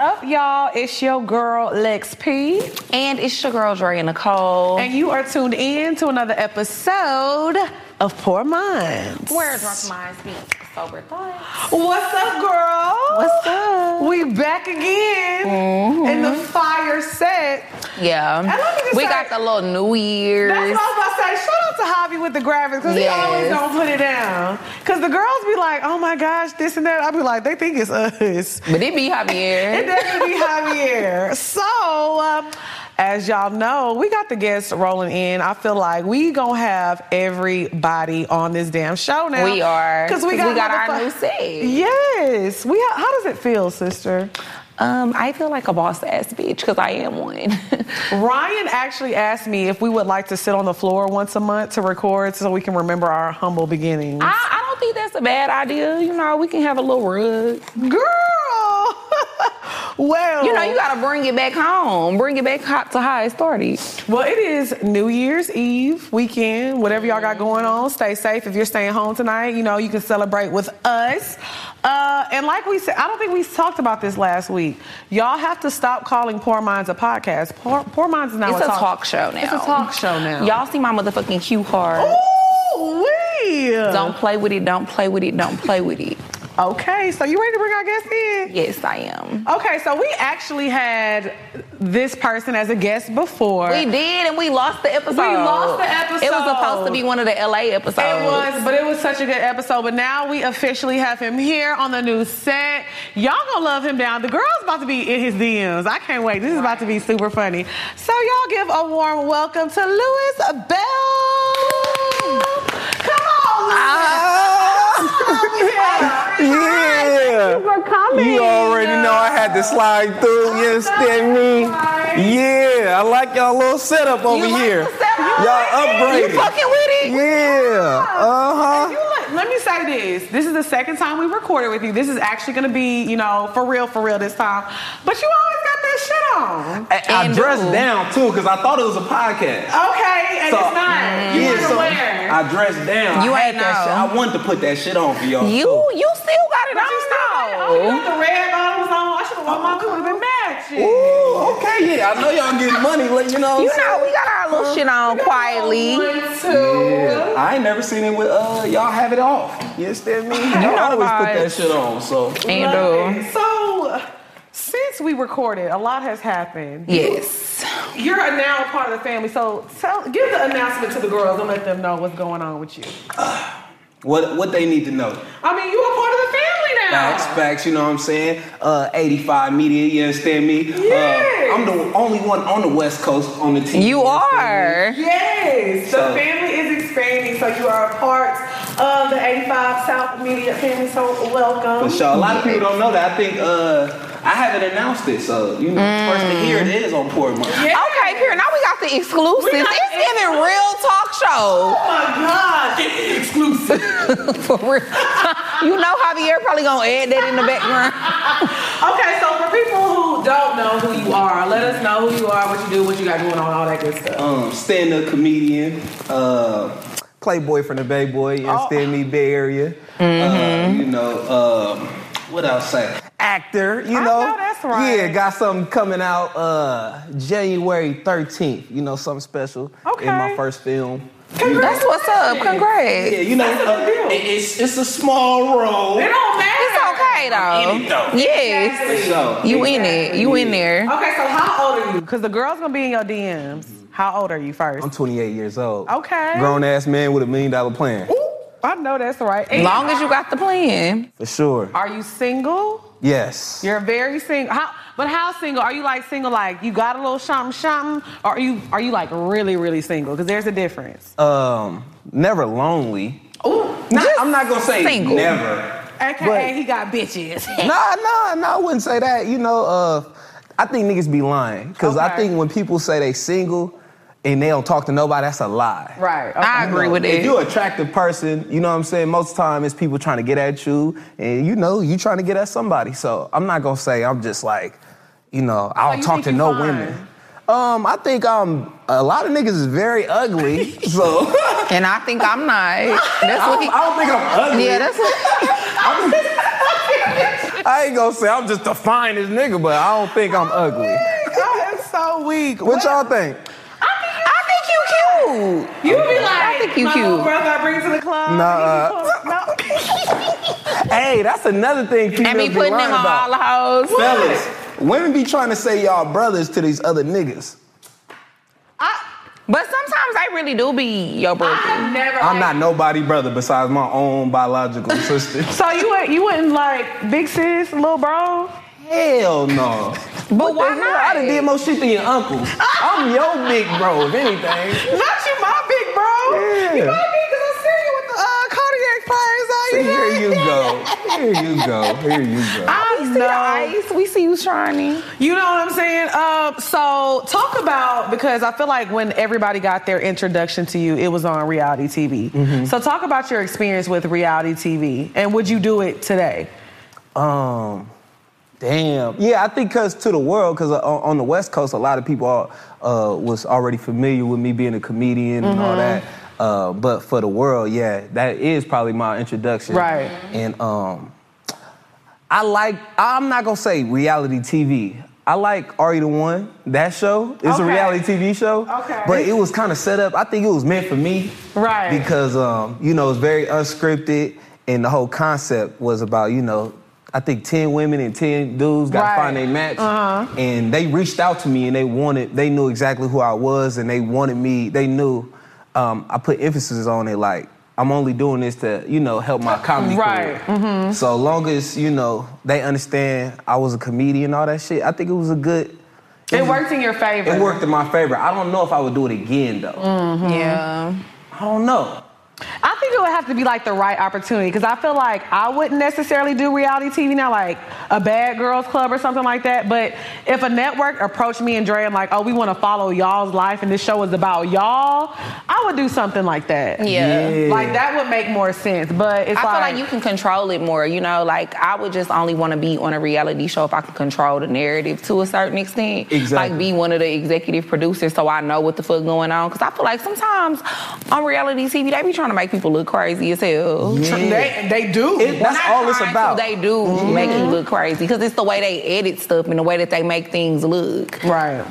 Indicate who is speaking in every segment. Speaker 1: Up, y'all? It's your girl Lex P,
Speaker 2: And it's your girl Dre Nicole.
Speaker 1: and you are tuned in to another episode of Poor Minds.
Speaker 2: Where drunk minds meet sober thoughts.
Speaker 1: What's up, girl?
Speaker 2: What's up? Mm-hmm.
Speaker 1: We back again in the fire set.
Speaker 2: Yeah,
Speaker 1: let me just
Speaker 2: we
Speaker 1: say-
Speaker 2: got the little New Year's.
Speaker 1: That's what I was about to say. Shout out to Hobby with the graphics because
Speaker 2: Yes.
Speaker 1: he always don't put it down. Because the girls be like, "Oh my gosh, this and that." I be like, "They think it's us."
Speaker 2: but it be
Speaker 1: It
Speaker 2: Javier.
Speaker 1: definitely be Javier. So, uh, as y'all know, we got the guests rolling in. I feel like we gonna have everybody on this damn show now.
Speaker 2: We are.
Speaker 1: because we
Speaker 2: 'Cause
Speaker 1: got,
Speaker 2: we got our
Speaker 1: motherfuck-
Speaker 2: new set.
Speaker 1: Yes, we. Ha- how does it feel, sister?
Speaker 2: Um, I feel like a boss ass bitch because I am one.
Speaker 1: Ryan actually asked me if we would like to sit on the floor once a month to record, so we can remember our humble beginnings.
Speaker 2: I, I don't think that's a bad idea. You know, we can have a little rug.
Speaker 1: Girl, well,
Speaker 2: You know, you gotta bring it back home. Bring it back hot to how it started.
Speaker 1: Well, it is New Year's Eve weekend. Whatever y'all
Speaker 2: Mm-hmm.
Speaker 1: got going on, stay safe. If you're staying home tonight, you know, you can celebrate with us. Uh, and like we said, I don't think we talked about this last week. Y'all have to stop calling Poor Minds a podcast. Poor, Poor Minds is now
Speaker 2: It's a talk, show now.
Speaker 1: It's a talk show now.
Speaker 2: Y'all see my motherfucking cue card.
Speaker 1: Ooh, wee.
Speaker 2: Don't play with it. Don't play with it. Don't play with it.
Speaker 1: Okay, so you ready to bring our guest in?
Speaker 2: Yes, I am.
Speaker 1: Okay, so we actually had this person as a guest before.
Speaker 2: We did, and we lost the episode.
Speaker 1: lost the
Speaker 2: It was
Speaker 1: episode.
Speaker 2: supposed to be one of the LA episodes.
Speaker 1: It was, but it was such a good episode. But now we officially have him here on the new set. Y'all gonna love him down. The girl's about to be in his DMs. I can't wait. This is about to be super funny. So y'all give a warm welcome to Louis Bell. Come on,
Speaker 3: Ah.
Speaker 1: Louis.
Speaker 3: Yeah.
Speaker 1: for coming.
Speaker 3: You already know I had to slide through. You understand me? Yeah, I like y'all little setup over
Speaker 2: like
Speaker 3: here.
Speaker 2: the setup?
Speaker 3: y'all upgraded.
Speaker 2: You fucking with it?
Speaker 3: Yeah. Uh
Speaker 1: You
Speaker 3: huh.
Speaker 1: look- Let me say this. This is the second time we recorded with you. This is actually gonna be, you know, for real, for real this time. But you always got that shit on.
Speaker 3: I, I
Speaker 2: And
Speaker 3: dressed
Speaker 2: dude.
Speaker 3: down too because I thought it was a podcast.
Speaker 1: Okay, and
Speaker 3: So-
Speaker 1: it's not. You
Speaker 3: yeah,
Speaker 1: weren't
Speaker 3: so
Speaker 1: aware.
Speaker 3: I dressed down.
Speaker 2: You
Speaker 3: I had
Speaker 2: ain't
Speaker 3: that
Speaker 2: know.
Speaker 3: shit. I wanted to put that shit on for y'all.
Speaker 2: You you still got it
Speaker 1: But you still got it. Oh, you
Speaker 2: on
Speaker 1: got the red bottoms on. I should have worn mine. We would have been matching.
Speaker 3: too. Ooh, okay, yeah. I know y'all getting money, like, you know.
Speaker 2: though.
Speaker 3: what
Speaker 2: You
Speaker 3: I'm
Speaker 2: know we
Speaker 3: saying?
Speaker 2: got our little shit on quietly.
Speaker 1: One,
Speaker 2: You
Speaker 1: two.
Speaker 3: Yeah, I ain't never seen it with uh y'all have it off. You understand me? Y'all
Speaker 2: know the
Speaker 3: always put that
Speaker 2: vibes.
Speaker 3: shit on, so
Speaker 1: Love
Speaker 2: do.
Speaker 1: it. So, since we recorded, a lot has happened.
Speaker 2: Yes.
Speaker 1: You're now a part of the family, so tell, give the announcement to the girls and let them know what's going on with you.
Speaker 3: What what they need to know?
Speaker 1: I mean, you are part of the family now.
Speaker 2: Ah.
Speaker 3: Facts, facts. You know what I'm saying? Uh, 85 media. You understand me?
Speaker 1: Yes.
Speaker 3: Uh, I'm the only one on the West Coast on the team.
Speaker 2: You
Speaker 3: understand me?
Speaker 2: are.
Speaker 1: Yes, the
Speaker 3: So-
Speaker 1: family is expanding, so you are a part of the 85 South Media family, so welcome.
Speaker 3: For sure. A lot of people don't know that. I think uh, I haven't announced it, so you know, first to hear it
Speaker 2: Mm.
Speaker 3: is on Poor Month.
Speaker 1: Yeah.
Speaker 2: Okay, here now we got the exclusives.
Speaker 1: We got
Speaker 2: it's
Speaker 1: the
Speaker 2: giving real talk
Speaker 1: Oh
Speaker 2: show.
Speaker 1: my God, it's exclusive.
Speaker 2: For real. you know Javier probably gonna add that in the background.
Speaker 1: Okay, so for people who don't know who you are, let us know who you are, what you do, what you got going on, all that good stuff.
Speaker 3: Um, stand up comedian. Uh, Playboy from the Bay Boy.
Speaker 1: Oh.
Speaker 3: You understand me? Bay Area.
Speaker 1: Mm-hmm.
Speaker 3: Uh, you know, um, what else say? Actor, you
Speaker 1: I
Speaker 3: know.
Speaker 1: know that's right.
Speaker 3: Yeah, got something coming out uh, January 13th. You know, something special in
Speaker 1: Okay.
Speaker 3: my first film.
Speaker 2: That's what's up. Congrats.
Speaker 3: Yeah, you know,
Speaker 1: That's a good
Speaker 3: uh,
Speaker 1: deal.
Speaker 3: it- it's, it's a small role.
Speaker 1: It don't matter.
Speaker 2: It's okay
Speaker 3: in
Speaker 2: though.
Speaker 3: it, though.
Speaker 2: Yes.
Speaker 3: For sure.
Speaker 2: You in it. You in there.
Speaker 1: Okay, so how old are you? Because the girl's gonna be in your DMs. How old are you first?
Speaker 3: I'm 28 years old.
Speaker 1: Okay.
Speaker 3: Grown ass man with a million dollar plan.
Speaker 1: Ooh, I know that's right. And
Speaker 2: Long as you got the plan.
Speaker 3: For sure.
Speaker 1: are you single?
Speaker 3: Yes.
Speaker 1: You're very single. How, but how single? Are you like single? Like you got a little something, something? Or are you are you like really, really single? Because there's a difference.
Speaker 3: um never lonely.
Speaker 1: Ooh,
Speaker 3: Not- I'm not gonna say
Speaker 2: single.
Speaker 3: never.
Speaker 1: aka
Speaker 3: But-
Speaker 1: he got bitches.
Speaker 3: No, no, no, I wouldn't say that. You know, uh I think niggas be lying. Cause I
Speaker 1: Okay.
Speaker 3: think when people say they single and they don't talk to nobody, that's a lie.
Speaker 1: right. Okay.
Speaker 2: I agree with
Speaker 3: If
Speaker 2: it.
Speaker 3: you're an attractive person, you know what I'm saying? Most time it's people trying to get at you and you know you trying to get at somebody. So I'm not gonna say I'm just like, you know, I
Speaker 1: you
Speaker 3: don't talk
Speaker 1: think
Speaker 3: to
Speaker 1: you
Speaker 3: no
Speaker 1: fine?
Speaker 3: women. Um, I think um a lot of niggas is very ugly. So
Speaker 2: And I think I'm not. That's
Speaker 3: I,
Speaker 2: what
Speaker 3: don't, I
Speaker 2: he
Speaker 3: don't think I'm ugly.
Speaker 2: Yeah, that's what
Speaker 3: I'm, I ain't gonna say I'm just the finest nigga, but I don't think I'm ugly.
Speaker 1: I am so weak.
Speaker 3: What y'all think?
Speaker 2: I think you cute.
Speaker 1: You would be like,
Speaker 2: I think you
Speaker 1: my
Speaker 2: cute.
Speaker 1: little brother I bring to the club.
Speaker 3: Nah.
Speaker 1: He- he- no.
Speaker 3: Hey, that's another thing people
Speaker 2: And be putting
Speaker 3: lying
Speaker 2: them on
Speaker 3: about.
Speaker 2: all the hoes.
Speaker 3: Fellas, women be trying to say y'all brothers to these other niggas.
Speaker 1: I,
Speaker 2: But sometimes I really do be your
Speaker 1: I
Speaker 2: brother.
Speaker 1: have never.
Speaker 3: I'm
Speaker 1: like-
Speaker 3: not nobody brother besides my own biological sister.
Speaker 1: So you wouldn't, you wouldn't like big sis, little bro?
Speaker 3: Hell no.
Speaker 2: But why
Speaker 3: Hell, I
Speaker 2: not?
Speaker 3: done did more shit than your uncles. I'm your big bro, if anything.
Speaker 1: Not you, my big bro.
Speaker 3: Yeah.
Speaker 1: You might be because I'm serious with the uh, Kodiak fires on you.
Speaker 3: Here you go. Here you go. Here you go.
Speaker 1: I
Speaker 2: we see the
Speaker 1: know.
Speaker 2: ice. We see you shining.
Speaker 1: You know what I'm saying? Um, so talk about because I feel like when everybody got their introduction to you, it was on reality TV.
Speaker 3: Mm-hmm.
Speaker 1: So talk about your experience with reality TV, and would you do it today?
Speaker 3: Um, damn. Yeah, I think because to the world, because on, on the West Coast, a lot of people are, uh, was already familiar with me being a comedian and
Speaker 1: Mm-hmm.
Speaker 3: all that. Uh, but for the world, yeah, that is probably my introduction.
Speaker 1: Right.
Speaker 3: And um, I like. I'm not gonna say reality TV. I like Are You the One? That show. It's
Speaker 1: Okay.
Speaker 3: a reality TV show.
Speaker 1: Okay.
Speaker 3: But it was kind of set up. I think it was meant for me.
Speaker 1: Right.
Speaker 3: Because um, you know, it's very unscripted, and the whole concept was about you know. I think 10 women and 10 dudes got
Speaker 1: Right. Uh-huh.
Speaker 3: to find their match. And they reached out to me and they wanted, they knew exactly who I was and they wanted me, they knew. Um, I put emphasis on it like, I'm only doing this to, you know, help my comedy
Speaker 1: Right. Mm-hmm.
Speaker 3: career. So long as you know they understand I was a comedian, all that shit. I think it was a good.
Speaker 1: It worked in your favor.
Speaker 3: It worked in my favor. I don't know if I would do it again though.
Speaker 1: Mm.
Speaker 2: Yeah.
Speaker 3: I don't know.
Speaker 1: I think it would have to be like the right opportunity because I feel like I wouldn't necessarily do reality TV now, like a Bad Girls Club or something like that. But if a network approached me and Dre and like, oh, we want to follow y'all's life and this show is about y'all, I would do something like that.
Speaker 2: Yeah.
Speaker 3: Yeah.
Speaker 1: Like that would make more sense. But it's
Speaker 2: I
Speaker 1: like,
Speaker 2: feel like you can control it more, you know. Like I would just only want to be on a reality show if I can control the narrative to a certain extent.
Speaker 3: Exactly.
Speaker 2: Like be one of the executive producers so I know what the fuck going on. Cause I feel like sometimes on reality TV they be trying to make people look crazy as hell.
Speaker 3: Yeah.
Speaker 1: they, they do.
Speaker 3: It- that's
Speaker 2: Not
Speaker 3: all it's
Speaker 2: trying to,
Speaker 3: about.
Speaker 2: they do
Speaker 1: Mm-hmm.
Speaker 2: make you look crazy because it's the way they edit stuff and the way that they make things look.
Speaker 1: right.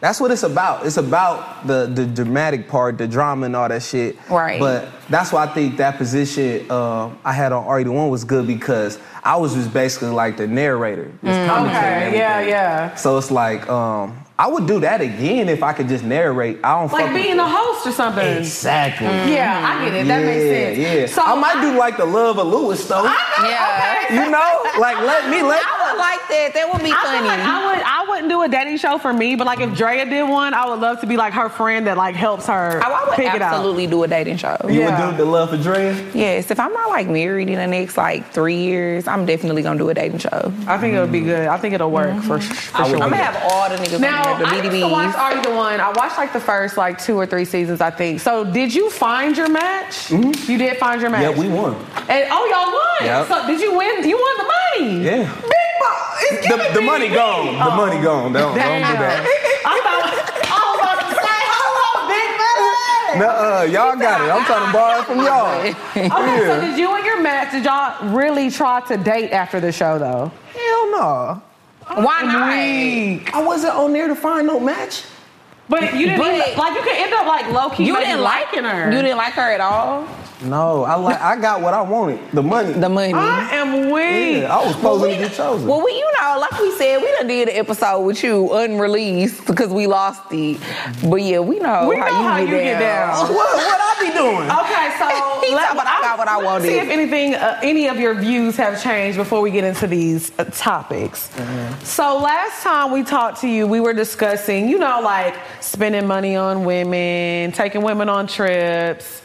Speaker 3: That's what it's about. It's about the the dramatic part, the drama and all that shit.
Speaker 2: Right.
Speaker 3: But that's why I think that position um, I had on Already One was good because I was just basically like the narrator, just commentating
Speaker 1: Mm, Okay, yeah,
Speaker 3: everything.
Speaker 1: yeah.
Speaker 3: So it's like um, I would do that again if I could just narrate. I don't fuck
Speaker 1: Like
Speaker 3: with
Speaker 1: being a host or something.
Speaker 3: Exactly.
Speaker 1: Yeah, I get it. That makes sense.
Speaker 3: Yeah.
Speaker 1: So
Speaker 3: I might do like the love of Lewis though.
Speaker 2: Yeah.
Speaker 1: Okay.
Speaker 3: you know, like let me let.
Speaker 2: I would like that. That would
Speaker 1: I
Speaker 2: be
Speaker 1: feel
Speaker 2: funny.
Speaker 1: like I would I wouldn't do a dating show for me, but like if Drea did one, I would love to be like her friend that like helps her
Speaker 2: Oh, I would
Speaker 1: pick it out.
Speaker 2: absolutely do a dating show.
Speaker 3: You
Speaker 1: Yeah.
Speaker 3: would do the love for Drea.
Speaker 2: Yes, if I'm not like married in the next like three years, I'm definitely gonna do a dating show.
Speaker 1: I think it would be good. I think it'll work for, for
Speaker 3: I would
Speaker 1: sure.
Speaker 2: Mm-hmm. I'm gonna have all the niggas
Speaker 1: Now
Speaker 2: on there,
Speaker 1: I
Speaker 2: the
Speaker 1: used to watch
Speaker 2: BDBs.
Speaker 1: Are You the One. I watched like the first like two or three seasons, I think. So did you find your match? You did find your match.
Speaker 3: Mm-hmm. Yeah, we won.
Speaker 1: And oh, y'all won.
Speaker 3: Yep.
Speaker 1: So did you win? You won the money.
Speaker 3: Yeah.
Speaker 1: Big ball. It's
Speaker 3: The,
Speaker 1: giving
Speaker 3: the money
Speaker 1: BDB.
Speaker 3: gone. The
Speaker 1: Oh.
Speaker 3: money gone. Don't, don't do
Speaker 1: Damn.
Speaker 3: that.
Speaker 1: I thought I was about to say, hold on, big fella.
Speaker 3: Nuh-uh, y'all got it. I'm trying to borrow it from y'all.
Speaker 1: Okay, so
Speaker 3: Yeah.
Speaker 1: did you and your match, did y'all really try to date after the show though?
Speaker 3: Hell no.
Speaker 2: Why not?
Speaker 3: I wasn't on there to find no match.
Speaker 1: But you didn't
Speaker 2: But-
Speaker 1: even- like you could end up like low key.
Speaker 2: You didn't like her. You didn't like her at all.
Speaker 3: No, I like I got what I wanted. The money.
Speaker 2: The money.
Speaker 1: I am weak.
Speaker 3: yeah, I was supposed to get chosen.
Speaker 2: Well, we, you know, like we said, we done did an episode with you unreleased because we lost it. But yeah, we know
Speaker 1: We know
Speaker 2: how you,
Speaker 1: how
Speaker 2: get,
Speaker 1: you get
Speaker 2: down.
Speaker 1: down.
Speaker 3: what what I be doing?
Speaker 1: Okay, so
Speaker 2: He talking about, "I got what I
Speaker 1: let's
Speaker 2: wanted."
Speaker 1: See if anything, uh, any of your views have changed before we get into these uh, topics.
Speaker 2: Mm-hmm.
Speaker 1: So last time we talked to you, we were discussing, you know, like spending money on women, taking women on trips.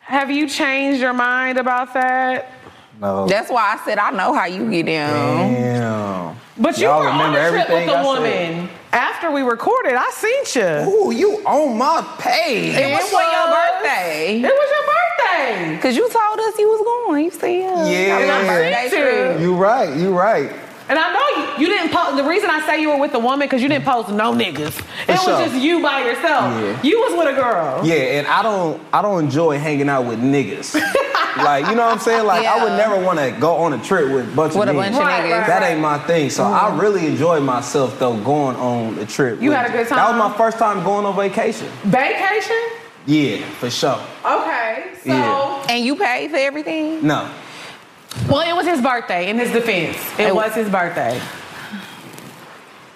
Speaker 1: Have you changed your mind about that?
Speaker 3: No.
Speaker 2: That's why I said I know how you get down.
Speaker 3: Damn.
Speaker 1: But you
Speaker 3: Y'all
Speaker 1: were on
Speaker 3: remember
Speaker 1: a trip with
Speaker 3: everything
Speaker 1: a
Speaker 3: I said.
Speaker 1: woman after we recorded. I seen you.
Speaker 3: Ooh, you on my page.
Speaker 2: It was for your
Speaker 1: It
Speaker 2: birthday.
Speaker 1: was your birthday.
Speaker 2: Cause you told us you was going. You said,
Speaker 3: Yeah.
Speaker 2: I'm on
Speaker 1: Me
Speaker 2: birthday
Speaker 1: too.
Speaker 2: trip.
Speaker 3: You right, you right.
Speaker 1: And I know you, you didn't post. The reason I say you were with a woman because you didn't post no niggas. it was
Speaker 3: sure.
Speaker 1: just you by yourself.
Speaker 3: Yeah.
Speaker 1: You was with a girl.
Speaker 3: Yeah, and I don't I don't enjoy hanging out with niggas. Like, you know what I'm saying? Like, I would
Speaker 4: Yeah.
Speaker 3: never want to go on a trip with a bunch
Speaker 2: With a
Speaker 3: of
Speaker 2: bunch
Speaker 3: niggas.
Speaker 2: of
Speaker 1: Right,
Speaker 2: niggas.
Speaker 1: right.
Speaker 3: That ain't my thing. So I really enjoyed myself though going on a trip.
Speaker 1: You
Speaker 3: with-
Speaker 1: had a good
Speaker 3: That
Speaker 1: time?
Speaker 3: was my first time going on vacation.
Speaker 1: Vacation?
Speaker 3: Yeah, for sure.
Speaker 1: Okay. So
Speaker 3: Yeah.
Speaker 2: And you paid for everything?
Speaker 3: No.
Speaker 1: Well, it was his birthday in his defense. It
Speaker 2: It-
Speaker 1: was his birthday.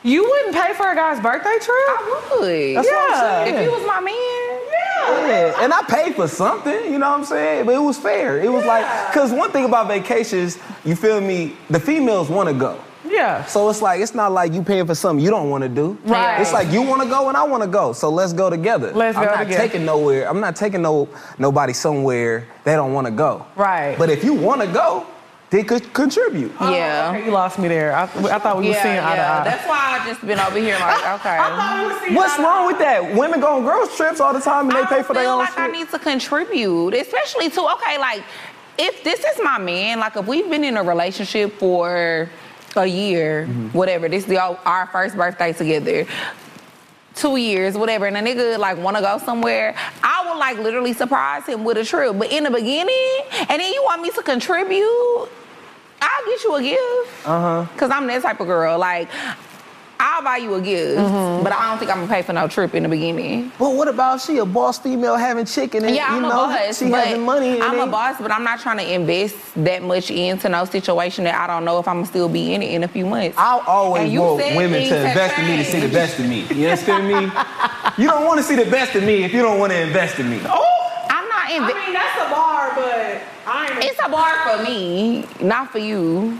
Speaker 1: You wouldn't pay for a guy's birthday trip?
Speaker 2: I would.
Speaker 3: That's what I'm
Speaker 1: Yeah.
Speaker 3: saying.
Speaker 2: If you was my man,
Speaker 3: Yeah, and I paid for something, you know what I'm saying? But it was fair. It was like, because one thing about vacations, you feel me, the females want to go.
Speaker 1: Yeah.
Speaker 3: So it's like, it's not like you paying for something you don't want to do.
Speaker 1: Right.
Speaker 3: It's like, you want to go and I want to go, so let's go together.
Speaker 1: Let's
Speaker 3: I'm
Speaker 1: go
Speaker 3: not
Speaker 1: together.
Speaker 3: taking nowhere, I'm not taking no nobody somewhere they don't want to go.
Speaker 1: Right.
Speaker 3: But if you want to go, they could contribute.
Speaker 1: Oh,
Speaker 2: Yeah.
Speaker 1: okay, you lost me there. I, I thought we were
Speaker 2: yeah,
Speaker 1: seeing eye to
Speaker 2: yeah.
Speaker 1: eye.
Speaker 2: That's why I just been over here like, okay.
Speaker 3: What's wrong with that? Women go on girls trips all the time and they
Speaker 2: I
Speaker 3: pay
Speaker 2: don't
Speaker 3: for their
Speaker 2: feel
Speaker 3: own
Speaker 2: like I
Speaker 3: shit.
Speaker 2: need to contribute, especially to okay, like if this is my man, like if we've been in a relationship for a year,
Speaker 3: Mm-hmm.
Speaker 2: whatever. This is our our first birthday together. Two years, whatever, and a nigga like want to go somewhere. I would like literally surprise him with a trip, but in the beginning, and then you want me to contribute. I'll get you a gift.
Speaker 3: Uh-huh.
Speaker 2: Uh huh. Cause I'm that type of girl. Like, I'll buy you a gift,
Speaker 3: Mm-hmm.
Speaker 2: but I don't think I'm gonna pay for no trip in the beginning.
Speaker 3: But what about if she a boss female having chicken and
Speaker 2: Yeah, I'm
Speaker 3: you
Speaker 2: a
Speaker 3: know
Speaker 2: boss.
Speaker 3: she
Speaker 2: but
Speaker 3: having money? And
Speaker 2: I'm a
Speaker 3: then-
Speaker 2: boss, but I'm not trying to invest that much into no situation that I don't know if I'm gonna still be in it in a few months.
Speaker 3: I
Speaker 2: And
Speaker 3: always
Speaker 2: you
Speaker 3: want
Speaker 2: said
Speaker 3: women
Speaker 2: things
Speaker 3: to
Speaker 2: have
Speaker 3: invest in me to see the
Speaker 2: changed.
Speaker 3: best in me. You understand me? You don't want to see the best in me if you don't want to invest in me.
Speaker 1: Oh,
Speaker 2: I'm not
Speaker 1: I
Speaker 2: investing.
Speaker 1: mean that's a bar, but I ain't.
Speaker 2: It's a bar for me, not for you.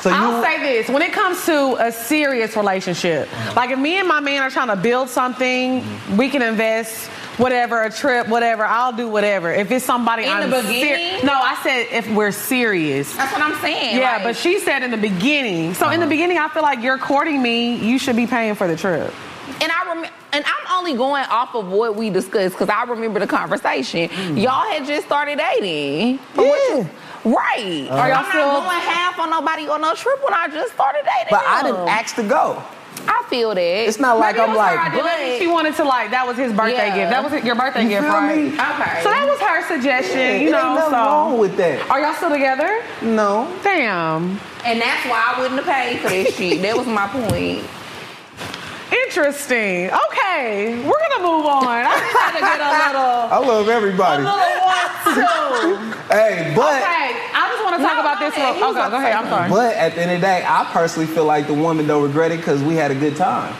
Speaker 3: So
Speaker 1: I'll
Speaker 3: you,
Speaker 1: say this when it comes to a serious relationship, like if me and my man are trying to build something, we can invest whatever, a trip, whatever. I'll do whatever. If it's somebody
Speaker 2: In the
Speaker 1: I'm
Speaker 2: beginning?
Speaker 1: no, I said if we're serious. Uh-huh.
Speaker 2: That's what I'm saying.
Speaker 1: Yeah,
Speaker 2: like,
Speaker 1: but she said in the beginning. So in the beginning, I feel like you're courting me. You should be paying for the trip.
Speaker 2: and I rem- and I'm only going off of what we discussed because I remember the conversation.
Speaker 3: Mm.
Speaker 2: Y'all had just started dating. But what you-
Speaker 3: Yeah.
Speaker 2: Right.
Speaker 3: Uh-huh.
Speaker 1: Are y'all
Speaker 2: I'm
Speaker 1: still-
Speaker 2: not going half on nobody on no trip when I just started dating.
Speaker 3: but I
Speaker 2: them.
Speaker 3: didn't ask to go.
Speaker 2: I feel that.
Speaker 3: It's not like
Speaker 1: Maybe
Speaker 3: I'm
Speaker 1: it was her
Speaker 3: like,
Speaker 1: idea. Maybe she wanted to like that was his birthday
Speaker 2: Yeah.
Speaker 1: gift. That was your birthday
Speaker 3: You
Speaker 1: gift,
Speaker 3: feel
Speaker 1: right?
Speaker 3: me?
Speaker 2: Okay.
Speaker 1: So that was her suggestion. you
Speaker 3: it
Speaker 1: know,
Speaker 3: ain't nothing
Speaker 1: so
Speaker 3: wrong with that.
Speaker 1: are y'all still together?
Speaker 3: No.
Speaker 1: Damn.
Speaker 2: And that's why I wouldn't have paid for this shit. That was my point.
Speaker 1: Interesting. Okay, we're gonna move on. I just had to get a little,
Speaker 3: I love everybody.
Speaker 1: a little one too.
Speaker 3: Hey, but
Speaker 1: Okay, I just want to talk
Speaker 2: No,
Speaker 1: about
Speaker 2: go
Speaker 1: this.
Speaker 2: ahead.
Speaker 1: Real,
Speaker 2: He was
Speaker 1: okay,
Speaker 2: about
Speaker 1: go
Speaker 2: to
Speaker 1: ahead.
Speaker 2: say
Speaker 1: I'm sorry.
Speaker 3: but at the end of the day, I personally feel like the woman don't regret it because we had a good time.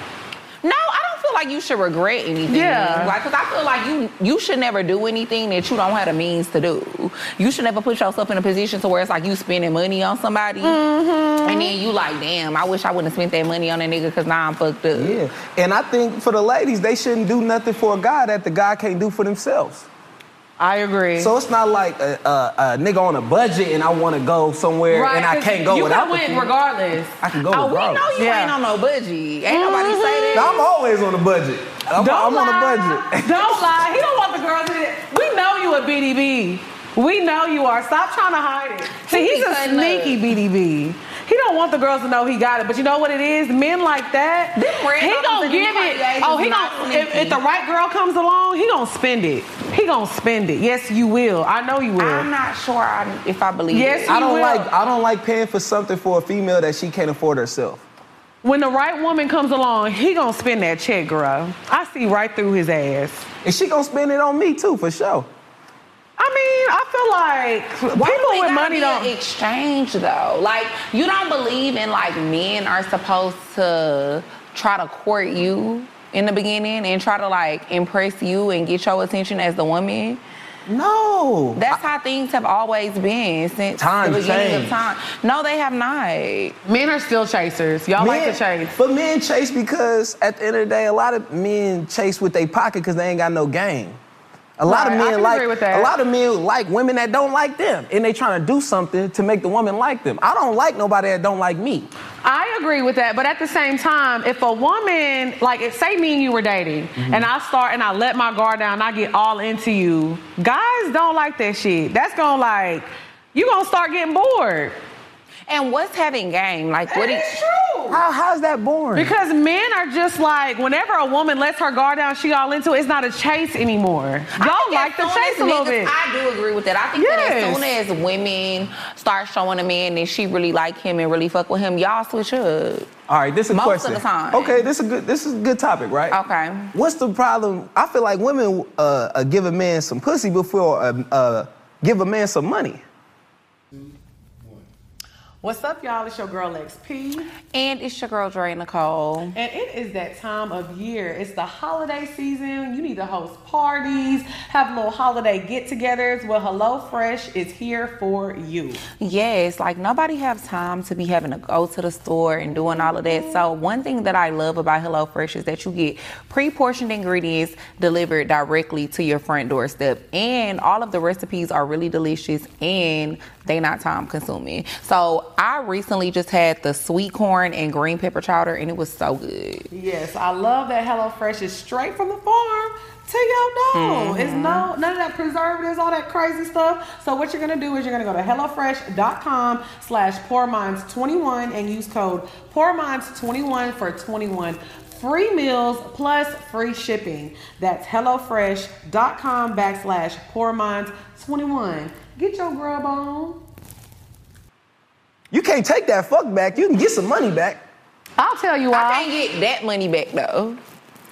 Speaker 2: No, I don't feel like you should regret anything.
Speaker 1: Yeah.
Speaker 2: Like, cause I feel like you you should never do anything that you don't have the means to do. You should never put yourself in a position to where it's like you spending money on somebody, and then you like, damn, I wish I wouldn't have spent that money on that nigga because now I'm fucked up.
Speaker 3: Yeah. And I think for the ladies, they shouldn't do nothing for a guy that the guy can't do for themselves.
Speaker 1: I agree.
Speaker 3: So it's not like a, a, a nigga on a budget and I want to go somewhere and I
Speaker 1: 'cause
Speaker 3: can't go
Speaker 1: you
Speaker 3: without
Speaker 1: can
Speaker 3: the
Speaker 1: win
Speaker 3: food.
Speaker 1: regardless.
Speaker 3: I can go
Speaker 2: Oh, we
Speaker 3: regardless.
Speaker 2: know you
Speaker 1: Yeah.
Speaker 2: ain't on no budgie. Ain't nobody say that.
Speaker 3: I'm always on a budget. I'm, I'm on a budget.
Speaker 1: don't lie. He don't want the girls in it. We know you a BDB. We know you are. Stop trying to hide it. See,
Speaker 2: He
Speaker 1: he's
Speaker 2: be
Speaker 1: a
Speaker 2: cutting
Speaker 1: sneaky BDB. He don't want the girls to know he got it. But you know what it is? Men like that,
Speaker 2: Them red
Speaker 1: he
Speaker 2: bottoms
Speaker 1: gonna
Speaker 2: and
Speaker 1: give
Speaker 2: them Cartiers
Speaker 1: it.
Speaker 2: is
Speaker 1: Oh, he
Speaker 2: not
Speaker 1: gonna. If,
Speaker 2: sneaky.
Speaker 1: if the right girl comes along, he gonna spend it. He gonna spend it. Yes, you will. I know you will.
Speaker 2: I'm not sure I, if I believe
Speaker 1: Yes,
Speaker 2: it.
Speaker 1: he
Speaker 3: I don't
Speaker 1: will.
Speaker 3: like I don't like paying for something for a female that she can't afford herself.
Speaker 1: When the right woman comes along, he gonna spend that check, girl. I see right through his ass.
Speaker 3: And she gonna spend it on me too, for sure.
Speaker 1: I mean, I feel like
Speaker 2: Why do
Speaker 1: people
Speaker 2: it
Speaker 1: with
Speaker 2: gotta
Speaker 1: money
Speaker 2: be an
Speaker 1: don't.
Speaker 2: exchange though? Like you don't believe in like men are supposed to try to court you in the beginning and try to like impress you and get your attention as the woman.
Speaker 3: No.
Speaker 2: That's how things have always been since
Speaker 3: Times
Speaker 2: the beginning of
Speaker 3: change.
Speaker 2: time. No, they have not.
Speaker 1: Men are still chasers. Y'all like to chase.
Speaker 3: But men chase because at the end of the day, a lot of men chase with their pocket because they ain't got no game. A lot
Speaker 1: Right,
Speaker 3: of
Speaker 1: I
Speaker 3: men
Speaker 1: can
Speaker 3: like
Speaker 1: agree with that.
Speaker 3: a lot of men like women that don't like them, and they trying to do something to make the woman like them. I don't like nobody that don't like me.
Speaker 1: I agree with that, but at the same time, if a woman, like, if, say me and you were dating, and I start and I let my guard down, and I get all into you, guys don't like that shit. That's gonna like, you gonna start getting bored.
Speaker 2: And what's having game? Like what? Is,
Speaker 1: true.
Speaker 3: How, how's that boring?
Speaker 1: Because men are just like, whenever a woman lets her guard down, she all into it. It's not a chase anymore. Y'all like the
Speaker 2: as soon
Speaker 1: chase
Speaker 2: as
Speaker 1: a little
Speaker 2: niggas-
Speaker 1: bit.
Speaker 2: I do agree with that. I think
Speaker 1: Yes.
Speaker 2: that as soon as women start showing a man that she really like him and really fuck with him, y'all switch up.
Speaker 3: All right, this is a
Speaker 2: Most of
Speaker 3: question.
Speaker 2: the time.
Speaker 3: Okay, this is a good this is a good topic, right?
Speaker 2: Okay.
Speaker 3: What's the problem? I feel like women uh, uh, give a man some pussy before uh, uh, give a man some money.
Speaker 1: What's up, y'all? It's your girl XP.
Speaker 2: And it's your girl Dre Nicole.
Speaker 1: And it is that time of year. It's the holiday season. You need to host parties, have little holiday get togethers. Well, HelloFresh is here for you.
Speaker 2: Yes, like nobody have time to be having to go to the store and doing all of that. So one thing that I love about HelloFresh is that you get pre-portioned ingredients delivered directly to your front doorstep, and all of the recipes are really delicious and they not time consuming. So I recently just had the sweet corn and green pepper chowder, and it was so good.
Speaker 1: Yes, I love that HelloFresh is straight from the farm to your door. It's no none of that preservatives, all that crazy stuff. So what you're gonna do is you're gonna go to HelloFresh.com slash PoorMinds21 and use code PoorMinds21 for 21 free meals plus free shipping. That's HelloFresh.com backslash PoorMinds21. Get your grub on.
Speaker 3: You can't take that fuck back. You can get some money back.
Speaker 1: I'll tell you
Speaker 2: I can't get that money back though.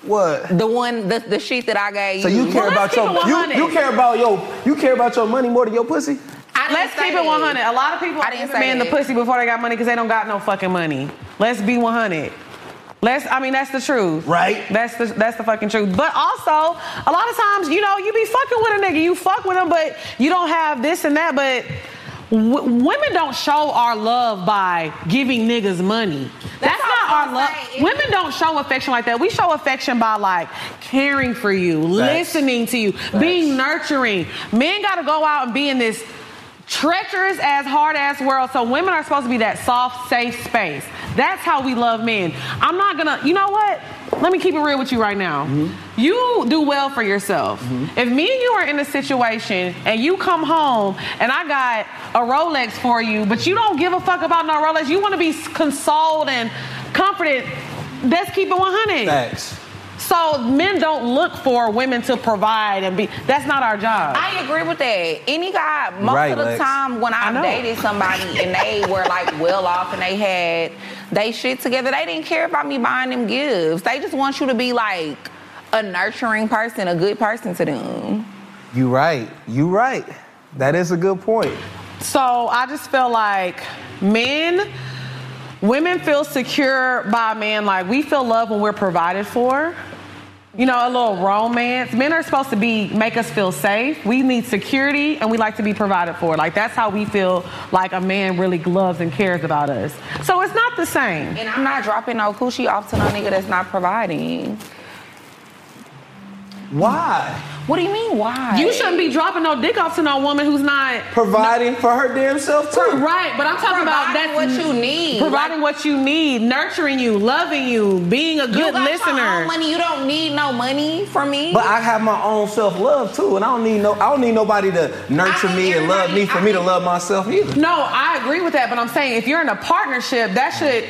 Speaker 3: What?
Speaker 2: The one, the, the shit that I gave
Speaker 3: So you
Speaker 2: you.
Speaker 3: care
Speaker 1: Well,
Speaker 3: about
Speaker 1: let's
Speaker 3: your
Speaker 1: keep it
Speaker 3: you,
Speaker 1: 100.
Speaker 3: you care about your you care about your money more than your pussy?
Speaker 2: I didn't
Speaker 1: Let's
Speaker 2: say
Speaker 1: keep it
Speaker 2: that.
Speaker 1: 100. A lot of people
Speaker 2: I
Speaker 1: are
Speaker 2: didn't
Speaker 1: giving
Speaker 2: say
Speaker 1: men the
Speaker 2: that.
Speaker 1: pussy before they got money because they don't got no fucking money. Let's be 100. Let's. I mean, that's the truth.
Speaker 3: Right.
Speaker 1: That's the that's the fucking truth. But also, a lot of times, you know, you be fucking with a nigga, you fuck with him, but you don't have this and that. But w- women don't show our love by giving niggas money. That's,
Speaker 2: That's all
Speaker 1: not
Speaker 2: I'm
Speaker 1: our love.
Speaker 2: saying.
Speaker 1: Women don't show affection like that. We show affection by like caring for you,
Speaker 3: Facts.
Speaker 1: listening to you, being nurturing. Men got to go out and be in this treacherous as hard ass world. So women are supposed to be that soft, safe space. That's how we love men. I'm not gonna. You know what? Let me keep it real with you right now. You do well for yourself. If me and you are in a situation and you come home and I got a Rolex for you, but you don't give a fuck about no Rolex, you want to be consoled and comforted. Let's keep it 100.
Speaker 3: Facts.
Speaker 1: So men don't look for women to provide and be. That's not our job.
Speaker 2: I agree with that. Any guy, most
Speaker 3: Right,
Speaker 2: of the
Speaker 3: Lex.
Speaker 2: time when I,
Speaker 1: I know.
Speaker 2: dated somebody and they were like well off and they had they shit together, they didn't care about me buying them gifts. They just want you to be like a nurturing person, a good person to them.
Speaker 3: You right. You right. That is a good point.
Speaker 1: So I just feel like men, women feel secure by a man. Like we feel love when we're provided for. You know, a little romance. Men are supposed to be make us feel safe. We need security, and we like to be provided for. Like that's how we feel like a man really loves and cares about us. So it's not the same.
Speaker 2: And I'm not dropping no coochie off to no nigga that's not providing.
Speaker 3: Why?
Speaker 2: What do you mean? Why?
Speaker 1: You shouldn't be dropping no dick off to no woman who's not
Speaker 3: Providing for her damn self too.
Speaker 1: right. But I'm talking about
Speaker 2: Providing
Speaker 1: that's
Speaker 2: what you need.
Speaker 1: providing what you need, nurturing you, loving you, being a
Speaker 2: You
Speaker 1: good
Speaker 2: got your
Speaker 1: listener.
Speaker 2: own money. You don't need no money from me.
Speaker 3: But I have my own self love too, and I don't need no I don't need nobody to nurture
Speaker 2: I
Speaker 3: me
Speaker 2: think
Speaker 3: and love me
Speaker 2: everybody-
Speaker 3: for
Speaker 2: I
Speaker 3: me to
Speaker 2: think-
Speaker 3: love myself either.
Speaker 1: No, I agree with that, but I'm saying if you're in a partnership, that should.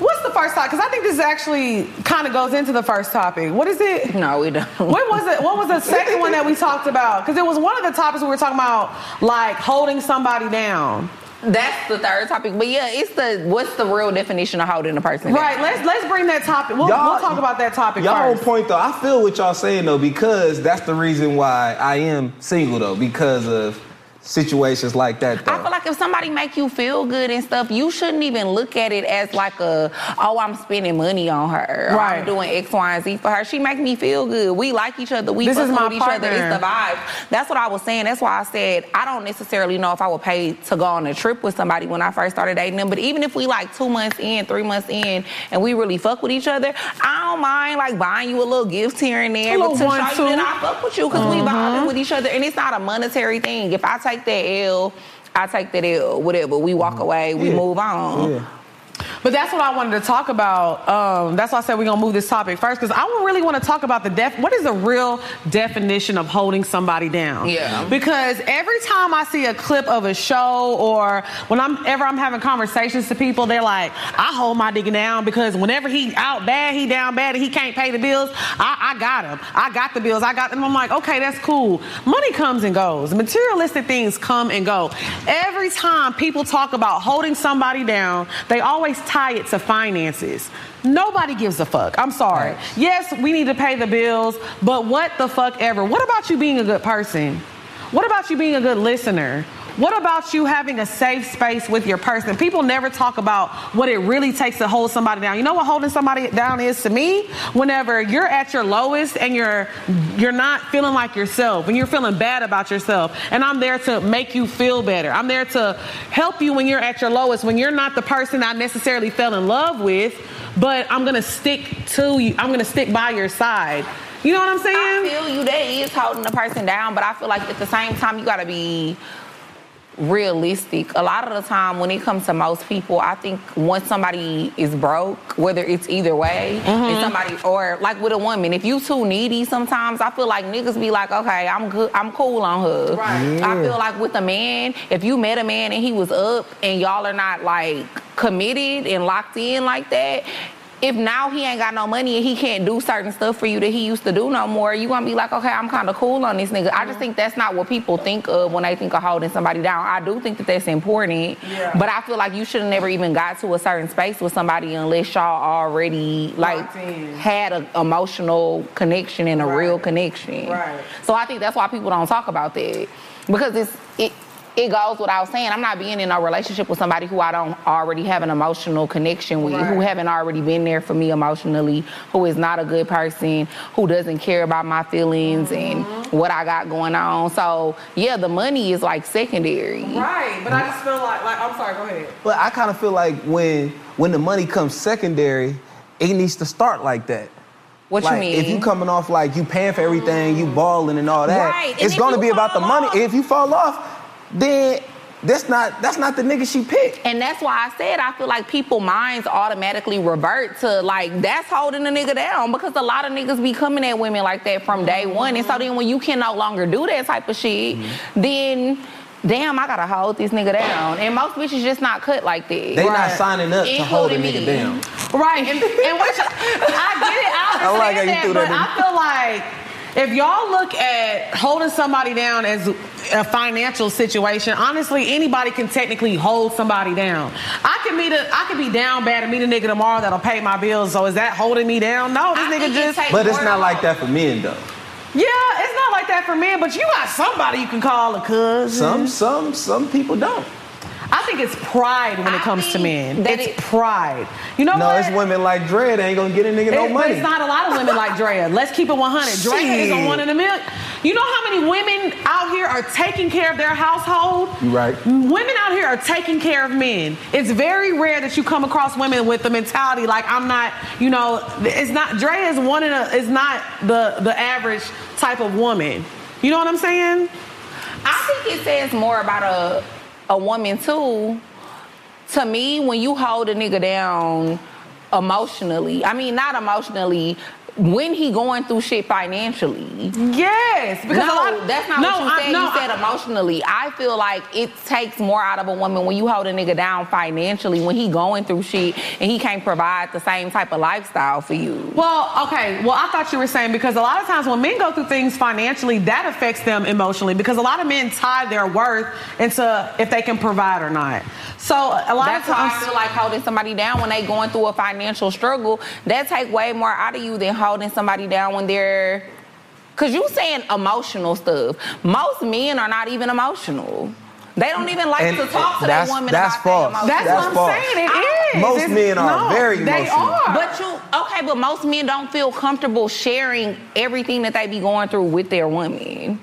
Speaker 1: What's the first topic? Because I think this actually kind of goes into the first topic. What is it?
Speaker 2: no, we don't.
Speaker 1: What was it? What was the second one that we talked about? Because it was one of the topics we were talking about, like holding somebody down.
Speaker 2: That's the third topic. But yeah, it's the what's the real definition of holding a person? down?
Speaker 1: Right. Let's let's bring that topic. We'll,
Speaker 3: Y'all-
Speaker 1: we'll talk about that topic
Speaker 3: Y'all on
Speaker 1: first.
Speaker 3: point though. I feel what y'all saying though because that's the reason why I am single though because of situations like that though.
Speaker 2: I feel like if somebody make you feel good and stuff, you shouldn't even look at it as like a, oh, I'm spending money on her. or
Speaker 1: Right.
Speaker 2: I'm doing X, Y, and Z for her. She make me feel good. We like each other. We
Speaker 1: This
Speaker 2: fuck
Speaker 1: is my
Speaker 2: with each other.
Speaker 1: partner.
Speaker 2: It's the vibe. That's what I was saying. That's why I said I don't necessarily know if I would pay to go on a trip with somebody when I first started dating them. But even if we like two months in, three months in, and we really fuck with each other, I don't mind like buying you a little gift here and there.
Speaker 1: A
Speaker 2: but
Speaker 1: little
Speaker 2: to
Speaker 1: one,
Speaker 2: show you
Speaker 1: two.
Speaker 2: that I fuck with you because we
Speaker 3: Uh-huh.
Speaker 2: vibing with each other, and it's not a monetary thing. If I take that L, I take that L, whatever. We walk away, we
Speaker 3: Mm. Yeah.
Speaker 2: move on.
Speaker 3: Yeah.
Speaker 1: But that's what I wanted to talk about. Um, that's why I said we're gonna move this topic first because I really want to talk about the def. What is the real definition of holding somebody down?
Speaker 2: Yeah.
Speaker 1: Because every time I see a clip of a show or when I'm ever I'm having conversations to people, they're like, I hold my nigga down because whenever he out bad, he down bad, and he can't pay the bills. I, I got him. I got the bills. I got them. I'm like, okay, that's cool. Money comes and goes. Materialistic things come and go. Every time people talk about holding somebody down, they always tie it to finances. Nobody gives a fuck. I'm sorry. Yes, we need to pay the bills, but what the fuck ever? What about you being a good person? What about you being a good listener? What about you having a safe space with your person? People never talk about what it really takes to hold somebody down. You know what holding somebody down is to me? Whenever you're at your lowest and you're you're not feeling like yourself, when you're feeling bad about yourself, and I'm there to make you feel better. I'm there to help you when you're at your lowest, when you're not the person I necessarily fell in love with, but I'm going to stick to you. I'm going to stick by your side. You know what I'm saying?
Speaker 2: I feel you. That is holding a person down, but I feel like at the same time you gotta be realistic. A lot of the time when it comes to most people, I think once somebody is broke, whether it's either way, and somebody or like with a woman, if you too needy sometimes, I feel like niggas be like, okay, I'm good, I'm cool on her.
Speaker 1: Right.
Speaker 2: I feel like with a man, if you met a man and he was up and y'all are not like committed and locked in like that, if now he ain't got no money and he can't do certain stuff for you that he used to do no more, you gonna be like, okay, I'm kind of cool on this nigga. I just think that's not what people think of when they think of holding somebody down. I do think that that's important, but I feel like you should have never even got to a certain space with somebody unless y'all already like
Speaker 1: Locked in.
Speaker 2: had an emotional connection and a real connection.
Speaker 1: Right.
Speaker 2: So I think that's why people don't talk about that because it's it. It goes without saying. I'm not being in a relationship with somebody who I don't already have an emotional connection with, who
Speaker 1: Right.
Speaker 2: haven't already been there for me emotionally, who is not a good person, who doesn't care about my feelings and what I got going on. So yeah, the money is like secondary.
Speaker 1: Right, but I just feel like, like I'm sorry, go ahead.
Speaker 3: But I kind of feel like when when the money comes secondary, it needs to start like that.
Speaker 2: What
Speaker 3: like,
Speaker 2: you mean?
Speaker 3: If you coming off like you paying for everything, you balling and all that,
Speaker 2: Right, and
Speaker 3: it's
Speaker 2: if
Speaker 3: gonna
Speaker 2: you
Speaker 3: be about the
Speaker 2: fall
Speaker 3: money.
Speaker 2: off-
Speaker 3: If you fall off, then that's not that's not the nigga she picked.
Speaker 2: And that's why I said I feel like people minds automatically revert to like that's holding a nigga down because a lot of niggas be coming at women like that from day one. And so then when you can no longer do that type of shit,
Speaker 3: Mm-hmm.
Speaker 2: then damn, I gotta hold this nigga down. And most bitches just not cut like that.
Speaker 3: They not signing up to hold a
Speaker 2: Including
Speaker 3: nigga
Speaker 2: me.
Speaker 3: down.
Speaker 1: Right, and, and which I get it, I understand
Speaker 3: I like how you threw
Speaker 1: that,
Speaker 3: that in.
Speaker 1: but I feel like if y'all look at holding somebody down as a financial situation, honestly, anybody can technically hold somebody down. I can meet a, I can be down bad and meet a nigga tomorrow that'll pay my bills. So is that holding me down? No, this
Speaker 2: I
Speaker 1: nigga
Speaker 2: think it
Speaker 1: just.
Speaker 2: takes-
Speaker 3: But it's not like that for men though.
Speaker 1: yeah, it's not like that for men. But you got somebody you can call a cousin.
Speaker 3: Some some some people don't.
Speaker 1: I think it's pride when
Speaker 2: I
Speaker 1: it comes to
Speaker 2: think
Speaker 1: men.
Speaker 2: that
Speaker 1: It's
Speaker 2: it-
Speaker 1: pride. You know
Speaker 3: No,
Speaker 1: what?
Speaker 3: it's women like Dread ain't gonna get a nigga no
Speaker 1: It- Eh, but
Speaker 3: money.
Speaker 1: It's not a lot of women like Drea. Let's keep it 100. Drea is a
Speaker 3: Shit.
Speaker 1: one in a million. You know how many women out here are taking care of their household?
Speaker 3: You right.
Speaker 1: Women out here are taking care of men. It's very rare that you come across women with the mentality like I'm not, you know, it's not Drea is one in a is not the the average type of woman. You know what I'm saying?
Speaker 2: I think it says more about a a woman too. To me, when you hold a nigga down emotionally, I mean not emotionally, when he going through shit financially.
Speaker 1: Yes, because a
Speaker 2: no,
Speaker 1: lot,
Speaker 2: that's not
Speaker 1: no,
Speaker 2: what you
Speaker 1: I-
Speaker 2: said.
Speaker 1: no,
Speaker 2: you said
Speaker 1: I-
Speaker 2: emotionally. I feel like it takes more out of a woman when you hold a nigga down financially when he going through shit and he can't provide the same type of lifestyle for you.
Speaker 1: Well, okay. Well, I thought you were saying because a lot of times when men go through things financially, that affects them emotionally because a lot of men tie their worth into if they can provide or not. So a lot
Speaker 2: That's
Speaker 1: of
Speaker 2: why
Speaker 1: times.
Speaker 2: I feel like holding somebody down when they going through a financial struggle. That take way more out of you than holding somebody down when they're. Cause you saying emotional stuff. Most men are not even emotional. They don't even like
Speaker 3: And
Speaker 2: to talk to their
Speaker 3: that's-
Speaker 2: woman
Speaker 3: that's
Speaker 2: about their
Speaker 3: false.
Speaker 2: emotions.
Speaker 1: that's,
Speaker 3: That's
Speaker 1: what I'm
Speaker 3: false.
Speaker 1: saying. It
Speaker 2: I-
Speaker 1: is.
Speaker 3: Most
Speaker 1: It's-
Speaker 3: men are
Speaker 1: no,
Speaker 3: very
Speaker 1: They
Speaker 3: emotional.
Speaker 1: are.
Speaker 2: But you okay? But most men don't feel comfortable sharing everything that they be going through with their woman.